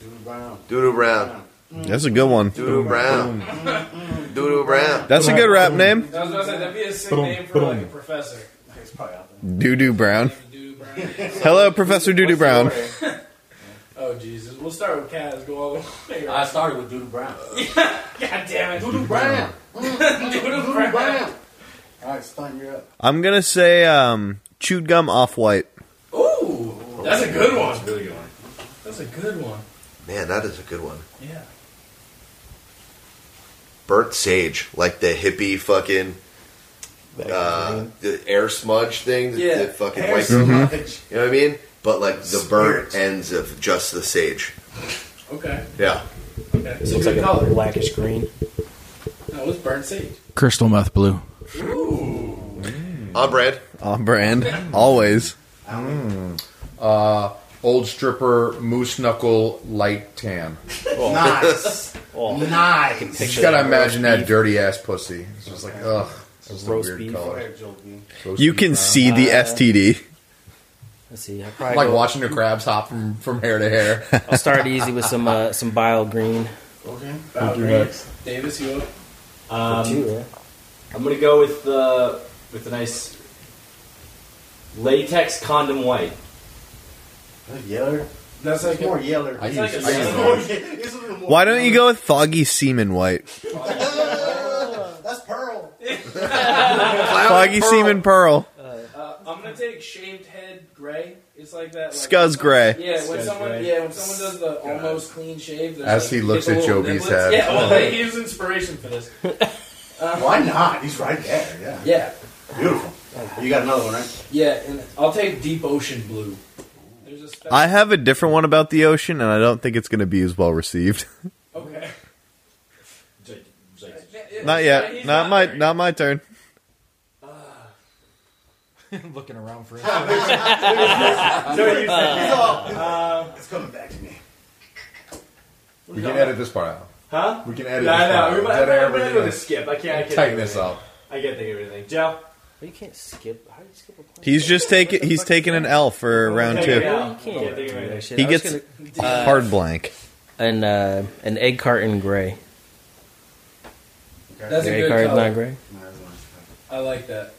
[SPEAKER 9] Dude Brown.
[SPEAKER 5] Doodoo Brown.
[SPEAKER 4] That's a good one.
[SPEAKER 5] Doodoo Brown. Doodoo Brown.
[SPEAKER 4] Mm. That's a good rap name.
[SPEAKER 7] I was about to say that'd be a sick name for like a professor.
[SPEAKER 9] It's probably out there.
[SPEAKER 4] Doo Doo Brown.
[SPEAKER 7] Dude, Brian.
[SPEAKER 4] Hello, Professor Doo Doo Brown.
[SPEAKER 7] Oh Jesus! We'll start with Kaz. Go all the way.
[SPEAKER 6] I
[SPEAKER 7] around.
[SPEAKER 6] started with Dude Brown.
[SPEAKER 7] God damn it!
[SPEAKER 9] Dude Brown.
[SPEAKER 6] Mm.
[SPEAKER 7] Doodle
[SPEAKER 9] Dude Brown. All right, stunt, you're up.
[SPEAKER 4] I'm gonna say um, chewed gum off white.
[SPEAKER 7] Ooh, that's a good one.
[SPEAKER 6] Really good one.
[SPEAKER 7] That's a good one.
[SPEAKER 5] Man, that is a good one.
[SPEAKER 7] Yeah.
[SPEAKER 5] Burnt sage, like the hippie fucking uh, the air smudge thing. that-
[SPEAKER 7] Yeah.
[SPEAKER 5] That fucking
[SPEAKER 9] Hair
[SPEAKER 5] wipes.
[SPEAKER 4] Mm-hmm.
[SPEAKER 9] smudge.
[SPEAKER 5] You know what I mean? But like the burnt
[SPEAKER 9] Spirit.
[SPEAKER 5] ends of just the sage.
[SPEAKER 7] Okay.
[SPEAKER 5] Yeah.
[SPEAKER 7] Okay. It's a good color.
[SPEAKER 8] Blackish green.
[SPEAKER 7] That was burnt sage.
[SPEAKER 3] Crystal meth blue.
[SPEAKER 5] On bread.
[SPEAKER 4] On brand, always.
[SPEAKER 2] Uh, old stripper, moose knuckle, light tan.
[SPEAKER 9] Nice. Nice.
[SPEAKER 2] You gotta imagine that dirty ass pussy. It's just like, ugh. It's just a
[SPEAKER 8] Roast
[SPEAKER 2] weird
[SPEAKER 8] beef.
[SPEAKER 9] Go
[SPEAKER 2] color.
[SPEAKER 9] ahead, Joe B.
[SPEAKER 2] Roast
[SPEAKER 4] You
[SPEAKER 2] beef
[SPEAKER 4] can
[SPEAKER 2] brown.
[SPEAKER 4] see the STD.
[SPEAKER 8] Let's see. I
[SPEAKER 2] I
[SPEAKER 8] probably
[SPEAKER 2] like
[SPEAKER 8] go-
[SPEAKER 2] watching the crabs hop from, from hair to hair.
[SPEAKER 8] I'll start easy with some uh, some bile green.
[SPEAKER 9] Okay.
[SPEAKER 7] Bow green. Davis, you up?
[SPEAKER 8] Two,
[SPEAKER 6] Um,
[SPEAKER 8] yeah.
[SPEAKER 6] I'm gonna go with uh, with a nice latex condom white.
[SPEAKER 9] Yeller. That's like more yeller.
[SPEAKER 6] I use-
[SPEAKER 9] It's
[SPEAKER 6] I
[SPEAKER 9] it's
[SPEAKER 6] use
[SPEAKER 9] more-
[SPEAKER 6] orange.
[SPEAKER 9] it's a little more-
[SPEAKER 4] Why don't you go with foggy semen white?
[SPEAKER 9] That's pearl.
[SPEAKER 4] foggy semen pearl.
[SPEAKER 7] Uh, I'm gonna take shaved head gray. It's like that. Like,
[SPEAKER 4] Scuzz gray.
[SPEAKER 7] Yeah, when
[SPEAKER 4] Scuzz
[SPEAKER 7] someone
[SPEAKER 4] gray.
[SPEAKER 7] yeah when someone does the almost clean shave. there's
[SPEAKER 12] As
[SPEAKER 7] like-
[SPEAKER 12] he looks
[SPEAKER 7] it's a
[SPEAKER 12] at
[SPEAKER 7] little
[SPEAKER 12] Joby's
[SPEAKER 7] niblets.
[SPEAKER 12] head. Oh.
[SPEAKER 7] Yeah, well, he was inspiration for this. Uh,
[SPEAKER 9] Why not? He's right there. Yeah.
[SPEAKER 7] Yeah,
[SPEAKER 9] Beautiful. You got another one, right?
[SPEAKER 7] yeah, and I'll take deep ocean blue.
[SPEAKER 4] I have a different one about the ocean, and I don't think it's going to be as well received.
[SPEAKER 7] Okay.
[SPEAKER 4] not yet. Not my. Not my turn.
[SPEAKER 3] Looking around for it. Uh,
[SPEAKER 7] uh,
[SPEAKER 9] it's coming back to me.
[SPEAKER 12] We can edit this part out.
[SPEAKER 6] Huh?
[SPEAKER 12] We can edit
[SPEAKER 6] Nah,
[SPEAKER 12] this
[SPEAKER 6] nah,
[SPEAKER 12] part out.
[SPEAKER 6] we might-
[SPEAKER 12] Is that
[SPEAKER 6] we're
[SPEAKER 12] everybody
[SPEAKER 6] gonna do
[SPEAKER 12] knows?
[SPEAKER 6] a skip. I can't- I can't
[SPEAKER 12] Tighten
[SPEAKER 6] do
[SPEAKER 12] this
[SPEAKER 6] anything.
[SPEAKER 12] up.
[SPEAKER 6] I can't think of anything. Joe.
[SPEAKER 8] You can't skip. How do you skip a point?
[SPEAKER 4] He's just taking. He's taking an L for round
[SPEAKER 8] Okay,
[SPEAKER 4] two.
[SPEAKER 8] yeah, you can't.
[SPEAKER 6] think of anything.
[SPEAKER 8] Shit,
[SPEAKER 4] He
[SPEAKER 8] I was
[SPEAKER 4] gets
[SPEAKER 8] gonna-
[SPEAKER 4] hard blank.
[SPEAKER 8] An uh, an egg carton gray.
[SPEAKER 7] That's a
[SPEAKER 8] egg
[SPEAKER 7] good
[SPEAKER 8] carton,
[SPEAKER 7] color.
[SPEAKER 8] not gray.
[SPEAKER 7] I like that.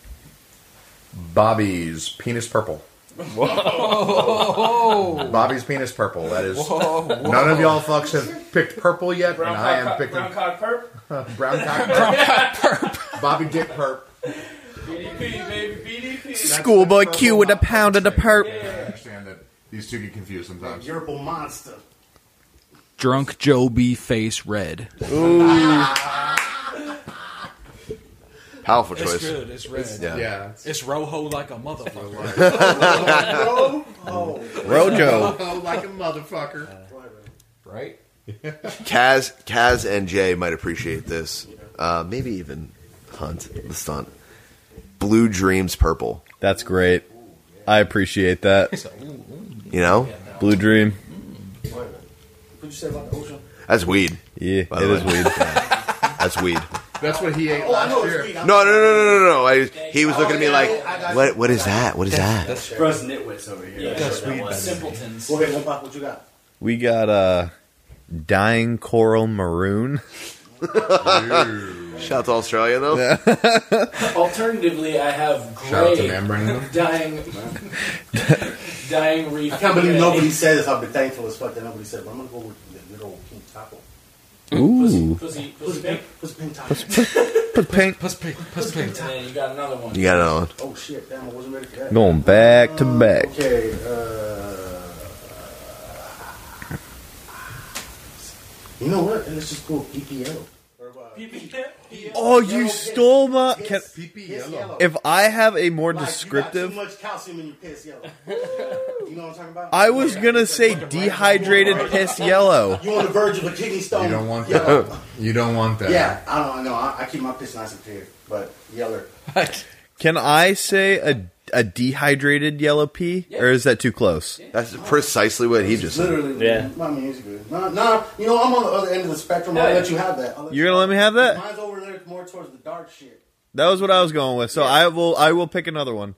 [SPEAKER 12] Bobby's penis purple. Bobby's penis purple. That is.
[SPEAKER 11] Whoa, whoa.
[SPEAKER 12] None of y'all fucks have picked purple yet,
[SPEAKER 11] Brown
[SPEAKER 12] and I am
[SPEAKER 11] cock-
[SPEAKER 12] picking
[SPEAKER 11] brown cock
[SPEAKER 12] perp. brown cock perp. Bobby Dick perp.
[SPEAKER 4] Schoolboy Q with a pound of the perp.
[SPEAKER 12] I understand that these two get confused sometimes.
[SPEAKER 9] Purple monster.
[SPEAKER 3] Drunk Joby face red.
[SPEAKER 5] Powerful
[SPEAKER 3] It's
[SPEAKER 5] choice.
[SPEAKER 3] good. It's red.
[SPEAKER 5] yeah.
[SPEAKER 3] It's, Rojo like a motherfucker.
[SPEAKER 5] Rojo.
[SPEAKER 12] like a motherfucker.
[SPEAKER 3] right?
[SPEAKER 5] Kaz, Kaz, and Jay might appreciate this. Uh, maybe even Hunt the stunt. Blue Dreams Purple.
[SPEAKER 4] That's great. I appreciate that.
[SPEAKER 5] You know,
[SPEAKER 4] Blue Dream.
[SPEAKER 7] What'd you say about the ocean?
[SPEAKER 5] that's weed.
[SPEAKER 4] Yeah,
[SPEAKER 5] by the
[SPEAKER 4] it is
[SPEAKER 5] way.
[SPEAKER 4] weed.
[SPEAKER 5] That's weed.
[SPEAKER 12] That's what he ate last year.
[SPEAKER 5] No, no, no, no, no, no. I, he was looking at me like, what? What is that? What is that?
[SPEAKER 6] Bros nitwits over here.
[SPEAKER 7] Yeah,
[SPEAKER 6] That's what that was.
[SPEAKER 7] simpletons.
[SPEAKER 9] Go ahead, Lumpa, what you got?
[SPEAKER 4] We got uh, dying coral maroon.
[SPEAKER 5] Shout out to Australia though.
[SPEAKER 7] Alternatively, I have gray.
[SPEAKER 12] Shout out to Membrane.
[SPEAKER 7] dying, dying reef.
[SPEAKER 9] I can't believe
[SPEAKER 7] red.
[SPEAKER 9] nobody said this. I've been thankful as fuck that nobody said. it, But I'm gonna go with the good old pink taco.
[SPEAKER 7] Pussy,
[SPEAKER 4] Ooh.
[SPEAKER 7] pussy, pussy pink.
[SPEAKER 9] What's pink taco?
[SPEAKER 4] Put pink.
[SPEAKER 3] Puss pig. Puss pig.
[SPEAKER 7] And then you got another one.
[SPEAKER 5] You got another one.
[SPEAKER 9] Oh shit! Damn, I wasn't ready for that.
[SPEAKER 4] Going back to back.
[SPEAKER 9] Okay. Uh, you know what? Let's just go PPL.
[SPEAKER 4] Oh, you stole my. Can,
[SPEAKER 9] PP yellow.
[SPEAKER 4] if I have a more
[SPEAKER 9] Like,
[SPEAKER 4] descriptive,
[SPEAKER 9] You got too much calcium in your piss yellow. you know what I'm talking about?
[SPEAKER 4] I was gonna say dehydrated piss yellow.
[SPEAKER 9] You on the verge of a kidney stone?
[SPEAKER 12] You don't want
[SPEAKER 9] yellow.
[SPEAKER 12] that. You don't want that.
[SPEAKER 9] Yeah, I don't know. I, I keep my piss nice and clear, but yeller.
[SPEAKER 4] Can I say a a dehydrated yellow pee, or is that too close?
[SPEAKER 5] That's precisely what he just said.
[SPEAKER 9] Literally,
[SPEAKER 4] Yeah.
[SPEAKER 9] my music's good. No, no, you know I'm on the other end of the spectrum. I'll let you have that. I'll let
[SPEAKER 4] You're gonna let me have that?
[SPEAKER 9] Mine's over there more towards the dark shit.
[SPEAKER 4] That was what I was going with. So I will I will pick another one.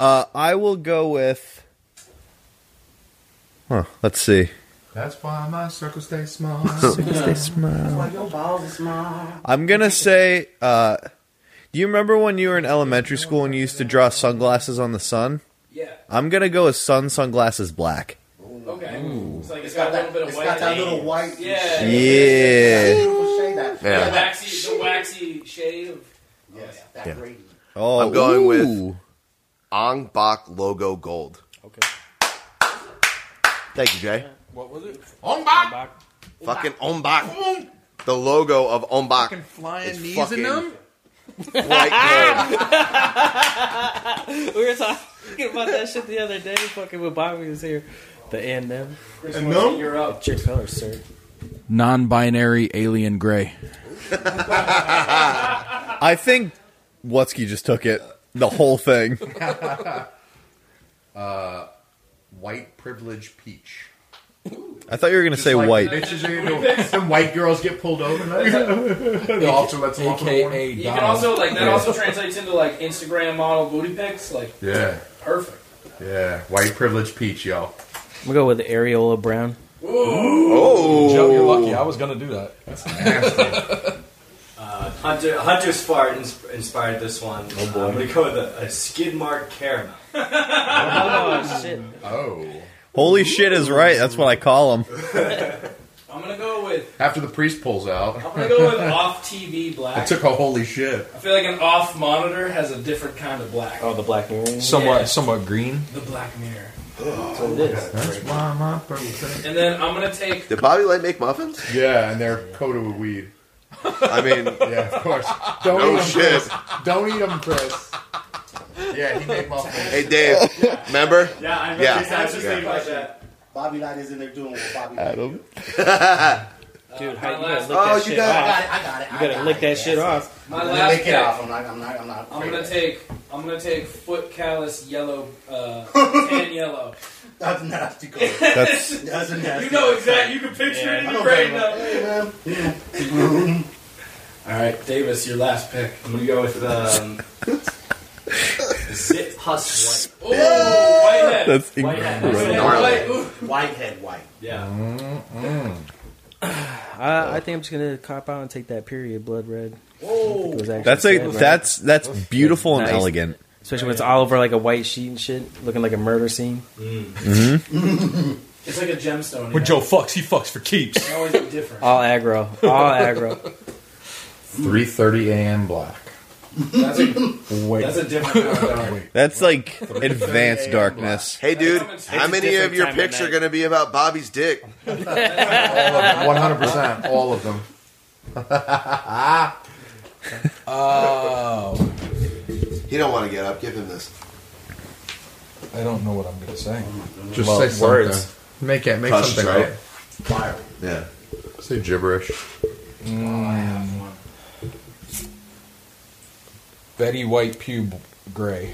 [SPEAKER 4] Uh, I will go with. Huh. Let's see.
[SPEAKER 12] That's why my circle stays small.
[SPEAKER 9] Your balls is mine.
[SPEAKER 4] I'm gonna say. Uh, do you remember when you were in elementary school and you used to draw sunglasses on the sun?
[SPEAKER 7] Yeah.
[SPEAKER 4] I'm gonna go with sun sunglasses black.
[SPEAKER 7] Okay. It's like
[SPEAKER 9] It's got that.
[SPEAKER 7] a little bit of
[SPEAKER 9] It's
[SPEAKER 7] white.
[SPEAKER 9] got that
[SPEAKER 7] in it.
[SPEAKER 9] little white.
[SPEAKER 7] Yeah.
[SPEAKER 4] Yeah.
[SPEAKER 9] Beautiful shade. That.
[SPEAKER 5] Yeah.
[SPEAKER 7] The waxy, the waxy shade of.
[SPEAKER 9] Yes. That
[SPEAKER 5] Yeah.
[SPEAKER 9] gradient.
[SPEAKER 4] Oh,
[SPEAKER 5] I'm going with-
[SPEAKER 4] ooh.
[SPEAKER 5] Ong Bak logo gold. Okay. Thank you, Jay.
[SPEAKER 3] What was it?
[SPEAKER 5] Fucking Ombak. The logo of Ombak. Fucking
[SPEAKER 12] flying
[SPEAKER 5] knees in them. White gold.
[SPEAKER 8] We were talking about that shit the other day. Fucking with Bobby was here. The and them.
[SPEAKER 12] And no?
[SPEAKER 7] You're up.
[SPEAKER 8] Your color, sir.
[SPEAKER 3] Non-binary alien gray.
[SPEAKER 4] I think Wutzky just took it. The whole thing.
[SPEAKER 12] Uh, White privilege peach.
[SPEAKER 4] I thought you were gonna say
[SPEAKER 12] Like
[SPEAKER 4] white.
[SPEAKER 12] Bitches are into Some white girls get pulled over. the officer lets them off in the morning.
[SPEAKER 3] AKA
[SPEAKER 7] You
[SPEAKER 3] Donald.
[SPEAKER 7] can also like that. Also translates into like Instagram model booty pics. Like
[SPEAKER 12] Yeah,
[SPEAKER 7] perfect.
[SPEAKER 12] yeah. White privilege peach, y'all.
[SPEAKER 8] I'm gonna go with areola brown.
[SPEAKER 5] Oh.
[SPEAKER 12] Oh.
[SPEAKER 3] Joe, you're lucky. I was gonna do that.
[SPEAKER 12] Nasty.
[SPEAKER 6] Uh, Hunter, Hunter's fart ins- inspired this one.
[SPEAKER 12] Oh, boy.
[SPEAKER 6] Uh, I'm gonna go with a, a skid mark caramel.
[SPEAKER 12] Oh,
[SPEAKER 8] shit.
[SPEAKER 12] Oh.
[SPEAKER 4] Holy shit is right. That's what I call him.
[SPEAKER 7] I'm gonna go with.
[SPEAKER 12] After the priest pulls out. I'm
[SPEAKER 7] gonna go with off TV black.
[SPEAKER 12] I took a holy shit.
[SPEAKER 7] I feel like an off monitor has a different kind of black.
[SPEAKER 8] Oh, the black mirror.
[SPEAKER 7] Somewhat-
[SPEAKER 3] somewhat green.
[SPEAKER 7] The black mirror.
[SPEAKER 8] So it is.
[SPEAKER 12] That's why my birthday.
[SPEAKER 7] And then I'm gonna take.
[SPEAKER 5] Did Bobby Light make muffins?
[SPEAKER 12] Yeah, and they're coated with weed.
[SPEAKER 5] I mean,
[SPEAKER 12] yeah, of course. Don't
[SPEAKER 5] No
[SPEAKER 12] eat them,
[SPEAKER 5] shit.
[SPEAKER 12] Chris. Don't eat them, Chris. Yeah, he made muffins.
[SPEAKER 5] Hey, Dave, remember?
[SPEAKER 9] Yeah, I remember.
[SPEAKER 5] yeah.
[SPEAKER 9] I was just
[SPEAKER 5] Yeah.
[SPEAKER 9] thinking about that. Bobby Light is in there doing what Bobby
[SPEAKER 4] Adam.
[SPEAKER 8] Dude, how you
[SPEAKER 9] my
[SPEAKER 8] gotta lick
[SPEAKER 9] last-
[SPEAKER 8] that
[SPEAKER 9] Oh,
[SPEAKER 8] shit
[SPEAKER 9] you got it.
[SPEAKER 8] off.
[SPEAKER 9] I got it, I got it,
[SPEAKER 8] You
[SPEAKER 9] I
[SPEAKER 8] gotta
[SPEAKER 9] got
[SPEAKER 8] lick
[SPEAKER 9] it,
[SPEAKER 8] that
[SPEAKER 9] yes,
[SPEAKER 8] shit
[SPEAKER 9] yes.
[SPEAKER 8] off.
[SPEAKER 7] My
[SPEAKER 9] Lick
[SPEAKER 7] last
[SPEAKER 9] it
[SPEAKER 7] pick.
[SPEAKER 9] off. I'm not- I'm not- I'm not
[SPEAKER 7] I'm
[SPEAKER 9] afraid
[SPEAKER 7] gonna
[SPEAKER 9] of
[SPEAKER 7] take. I'm gonna take foot callus yellow, uh, tan yellow.
[SPEAKER 9] That's nasty. Color.
[SPEAKER 7] That's-
[SPEAKER 9] that's a nasty.
[SPEAKER 7] You know exactly. You can picture it in your brain now.
[SPEAKER 6] All right, Davis, your last pick. I'm gonna go with um, zip huss white.
[SPEAKER 7] Ooh, Whitehead.
[SPEAKER 4] That's
[SPEAKER 6] Whitehead.
[SPEAKER 4] incredible.
[SPEAKER 6] Whitehead. Ooh.
[SPEAKER 9] Whitehead white.
[SPEAKER 6] Yeah.
[SPEAKER 8] I, I think I'm just gonna cop out and take that period blood red. I think it was actually
[SPEAKER 4] That's a
[SPEAKER 8] said, right?
[SPEAKER 4] that's that's beautiful and
[SPEAKER 8] Nice.
[SPEAKER 4] elegant.
[SPEAKER 8] Especially when it's all over like a white sheet and shit, looking like a murder scene. Mm-hmm.
[SPEAKER 4] Mhm.
[SPEAKER 7] Mm. It's like a gemstone.
[SPEAKER 8] When Joe
[SPEAKER 3] fucks, he fucks for keeps.
[SPEAKER 7] Always be different.
[SPEAKER 8] All aggro. All aggro.
[SPEAKER 12] 3:30 a.m. black.
[SPEAKER 7] That's a,
[SPEAKER 12] Wait.
[SPEAKER 7] that's a different kind of dark.
[SPEAKER 4] That's like advanced darkness.
[SPEAKER 5] Hey, dude,
[SPEAKER 4] It's
[SPEAKER 5] how
[SPEAKER 4] a
[SPEAKER 5] many
[SPEAKER 4] different
[SPEAKER 5] of your
[SPEAKER 4] time of
[SPEAKER 5] pics are
[SPEAKER 4] night.
[SPEAKER 5] going to be about Bobby's dick?
[SPEAKER 12] One hundred percent, all of them.
[SPEAKER 5] Oh. He don't want to get up. Give him this.
[SPEAKER 3] I don't know what I'm going to say.
[SPEAKER 12] Just say something. Make it. Make
[SPEAKER 5] Conscious,
[SPEAKER 12] something
[SPEAKER 5] right?
[SPEAKER 12] right.
[SPEAKER 9] Fire.
[SPEAKER 5] Yeah.
[SPEAKER 12] Say gibberish.
[SPEAKER 3] Mm. Betty White pube gray.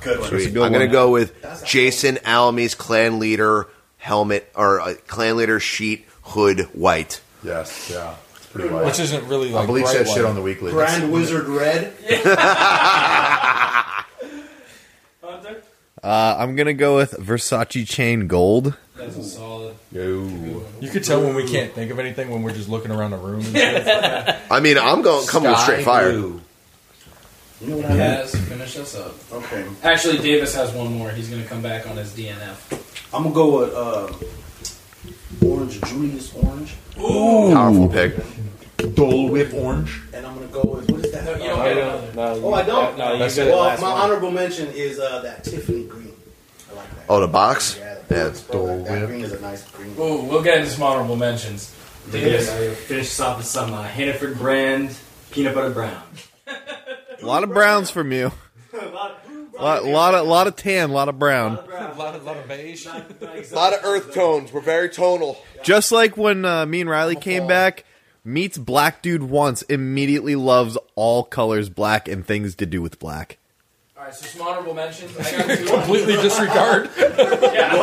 [SPEAKER 9] Good
[SPEAKER 5] Sweet. I'm going to go with Jason Almey's clan leader helmet or uh, clan leader sheet hood white.
[SPEAKER 12] Yes, yeah. It's pretty
[SPEAKER 5] Good
[SPEAKER 12] white.
[SPEAKER 5] white. Which isn't really,
[SPEAKER 12] I
[SPEAKER 5] like,
[SPEAKER 12] believe
[SPEAKER 5] bright
[SPEAKER 12] that
[SPEAKER 5] white.
[SPEAKER 12] shit on the weekly.
[SPEAKER 9] Grand Wizard Red.
[SPEAKER 4] Uh, I'm gonna go with Versace chain gold.
[SPEAKER 7] That's a solid.
[SPEAKER 3] You could tell when we can't think of anything when we're just looking around the room. And shit.
[SPEAKER 5] I mean, I'm going come with straight fire.
[SPEAKER 7] Yes, finish us up.
[SPEAKER 9] Okay.
[SPEAKER 7] Actually, Davis has one more. He's gonna come back on his DNF.
[SPEAKER 9] I'm gonna go with uh, orange Julius orange.
[SPEAKER 7] Ooh.
[SPEAKER 5] Powerful pick.
[SPEAKER 12] Dole Whip orange.
[SPEAKER 9] And I'm gonna go with what is that?
[SPEAKER 7] you don't get another.
[SPEAKER 8] No,
[SPEAKER 9] oh, I don't.
[SPEAKER 8] No, you
[SPEAKER 9] That's
[SPEAKER 8] get
[SPEAKER 9] it.
[SPEAKER 8] the
[SPEAKER 9] well,
[SPEAKER 8] last
[SPEAKER 9] my
[SPEAKER 8] one.
[SPEAKER 9] honorable mention is uh, that Tiffany green.
[SPEAKER 5] Oh, the box.
[SPEAKER 9] Yeah,
[SPEAKER 5] Yeah, it's
[SPEAKER 9] Dole that green is a nice green.
[SPEAKER 7] Ooh, we'll get into some honorable mentions.
[SPEAKER 6] Davis,
[SPEAKER 7] Davis,
[SPEAKER 6] finish this off with some uh, Hannaford brand peanut butter brown.
[SPEAKER 4] A lot of browns from you. Lot, lot of lot of tan, lot of brown.
[SPEAKER 3] a lot of, lot of beige.
[SPEAKER 5] A lot of earth tones. We're very tonal.
[SPEAKER 4] Just like when uh, me and Riley came back, meets black dude once, immediately loves all colors black and things to do with black.
[SPEAKER 7] All right, so some honorable mentions. I got two.
[SPEAKER 3] Completely disregard.
[SPEAKER 7] yeah.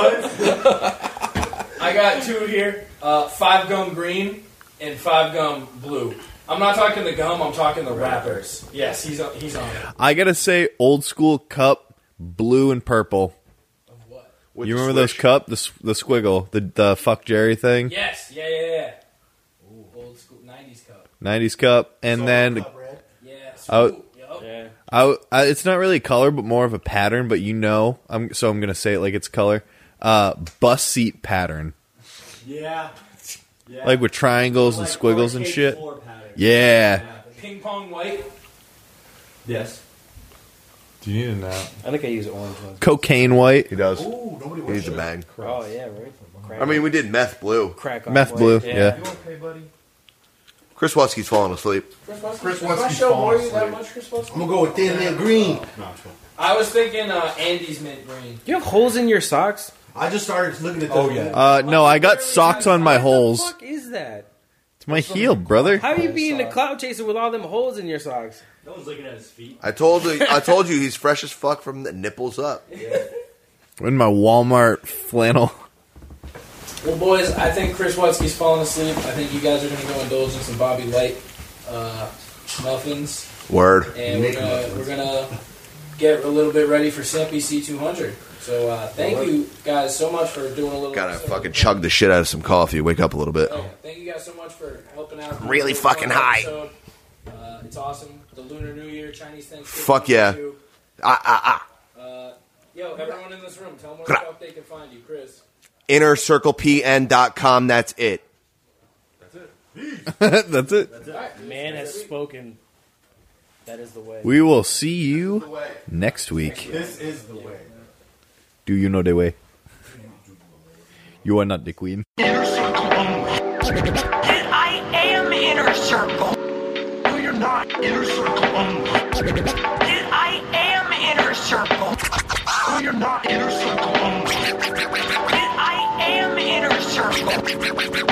[SPEAKER 7] I got two here. Uh, five gum green and five gum blue. I'm not talking the gum. I'm talking the wrappers. Yes, he's on, he's on it.
[SPEAKER 4] I gotta say, old school cup, blue and purple.
[SPEAKER 5] With
[SPEAKER 4] you
[SPEAKER 5] the
[SPEAKER 4] remember those cup, the s- the squiggle, the the fuck Jerry thing,
[SPEAKER 7] Yes, yeah, yeah, yeah. Ooh, old school '90s cup.
[SPEAKER 4] nineties cup, and then
[SPEAKER 7] Yeah. Sweet.
[SPEAKER 4] I, w-
[SPEAKER 7] Yeah.
[SPEAKER 4] I w- I- it's not really a color, but more of a pattern. But you know, I'm so I'm gonna say it like it's color. Uh, bus seat pattern,
[SPEAKER 6] Yeah. Yeah.
[SPEAKER 4] like with triangles and
[SPEAKER 6] Like
[SPEAKER 4] squiggles and
[SPEAKER 6] arcade
[SPEAKER 4] shit.
[SPEAKER 6] floor pattern.
[SPEAKER 4] Yeah.
[SPEAKER 7] Ping pong white.
[SPEAKER 6] Yes.
[SPEAKER 12] Do you need a nap?
[SPEAKER 8] I think I use orange ones.
[SPEAKER 4] cocaine white.
[SPEAKER 5] He does.
[SPEAKER 8] Ooh, nobody
[SPEAKER 5] he needs a bang.
[SPEAKER 8] Oh yeah, right. Crack
[SPEAKER 5] I mean, we did meth blue.
[SPEAKER 8] Crack on
[SPEAKER 4] Meth
[SPEAKER 8] white.
[SPEAKER 4] blue, yeah.
[SPEAKER 7] okay, buddy?
[SPEAKER 5] Chris Watsky's falling asleep.
[SPEAKER 7] Chris Weston.
[SPEAKER 12] Chris
[SPEAKER 7] Does my
[SPEAKER 12] Weston's
[SPEAKER 7] show
[SPEAKER 12] falling
[SPEAKER 7] bore you that
[SPEAKER 12] asleep.
[SPEAKER 7] much, Chris Weston?
[SPEAKER 9] I'm gonna go with thin mint green.
[SPEAKER 7] I was thinking uh, Andy's mint green.
[SPEAKER 8] You have holes in your socks?
[SPEAKER 9] I just started looking at.
[SPEAKER 3] Oh,
[SPEAKER 9] the-
[SPEAKER 3] yeah.
[SPEAKER 4] Uh, no, I got socks on my holes.
[SPEAKER 8] What the fuck is that?
[SPEAKER 4] It's my heel, brother.
[SPEAKER 8] How you being a cloud chaser with all them holes in your socks?
[SPEAKER 6] No one's looking at his feet.
[SPEAKER 5] I told you. I told you he's fresh as fuck from the nipples up.
[SPEAKER 4] In my Walmart flannel.
[SPEAKER 7] Well, boys, I think Chris Weston's falling asleep. I think you guys are going to go indulge in some Bobby Light uh, muffins,
[SPEAKER 5] Word.
[SPEAKER 7] and we're gonna, we're gonna get a little bit ready for Simpy C two hundred. So uh, thank you guys so much for doing a little. Oh,
[SPEAKER 5] Gotta fucking chug the shit out of some coffee. Wake up a little bit.
[SPEAKER 7] Thank you guys so much for helping out.
[SPEAKER 5] I'm really fucking high.
[SPEAKER 7] Episode. Uh, It's awesome. The Lunar New Year, Chinese Thanksgiving.
[SPEAKER 5] Fuck yeah.
[SPEAKER 7] YouTube.
[SPEAKER 5] Ah, ah, ah.
[SPEAKER 7] Uh, yo, everyone in this room, tell them where the fuck they can find you, Chris.
[SPEAKER 5] InnerCirclePN.com. That's it.
[SPEAKER 4] That's it.
[SPEAKER 8] Man has spoken. That is the way.
[SPEAKER 4] We will see you next week.
[SPEAKER 9] This is the way.
[SPEAKER 4] Do you know the way? You are not the queen.
[SPEAKER 13] I am inner circle. No, you're not inner circle only. I am inner circle. No, you're not inner circle only. I am inner circle.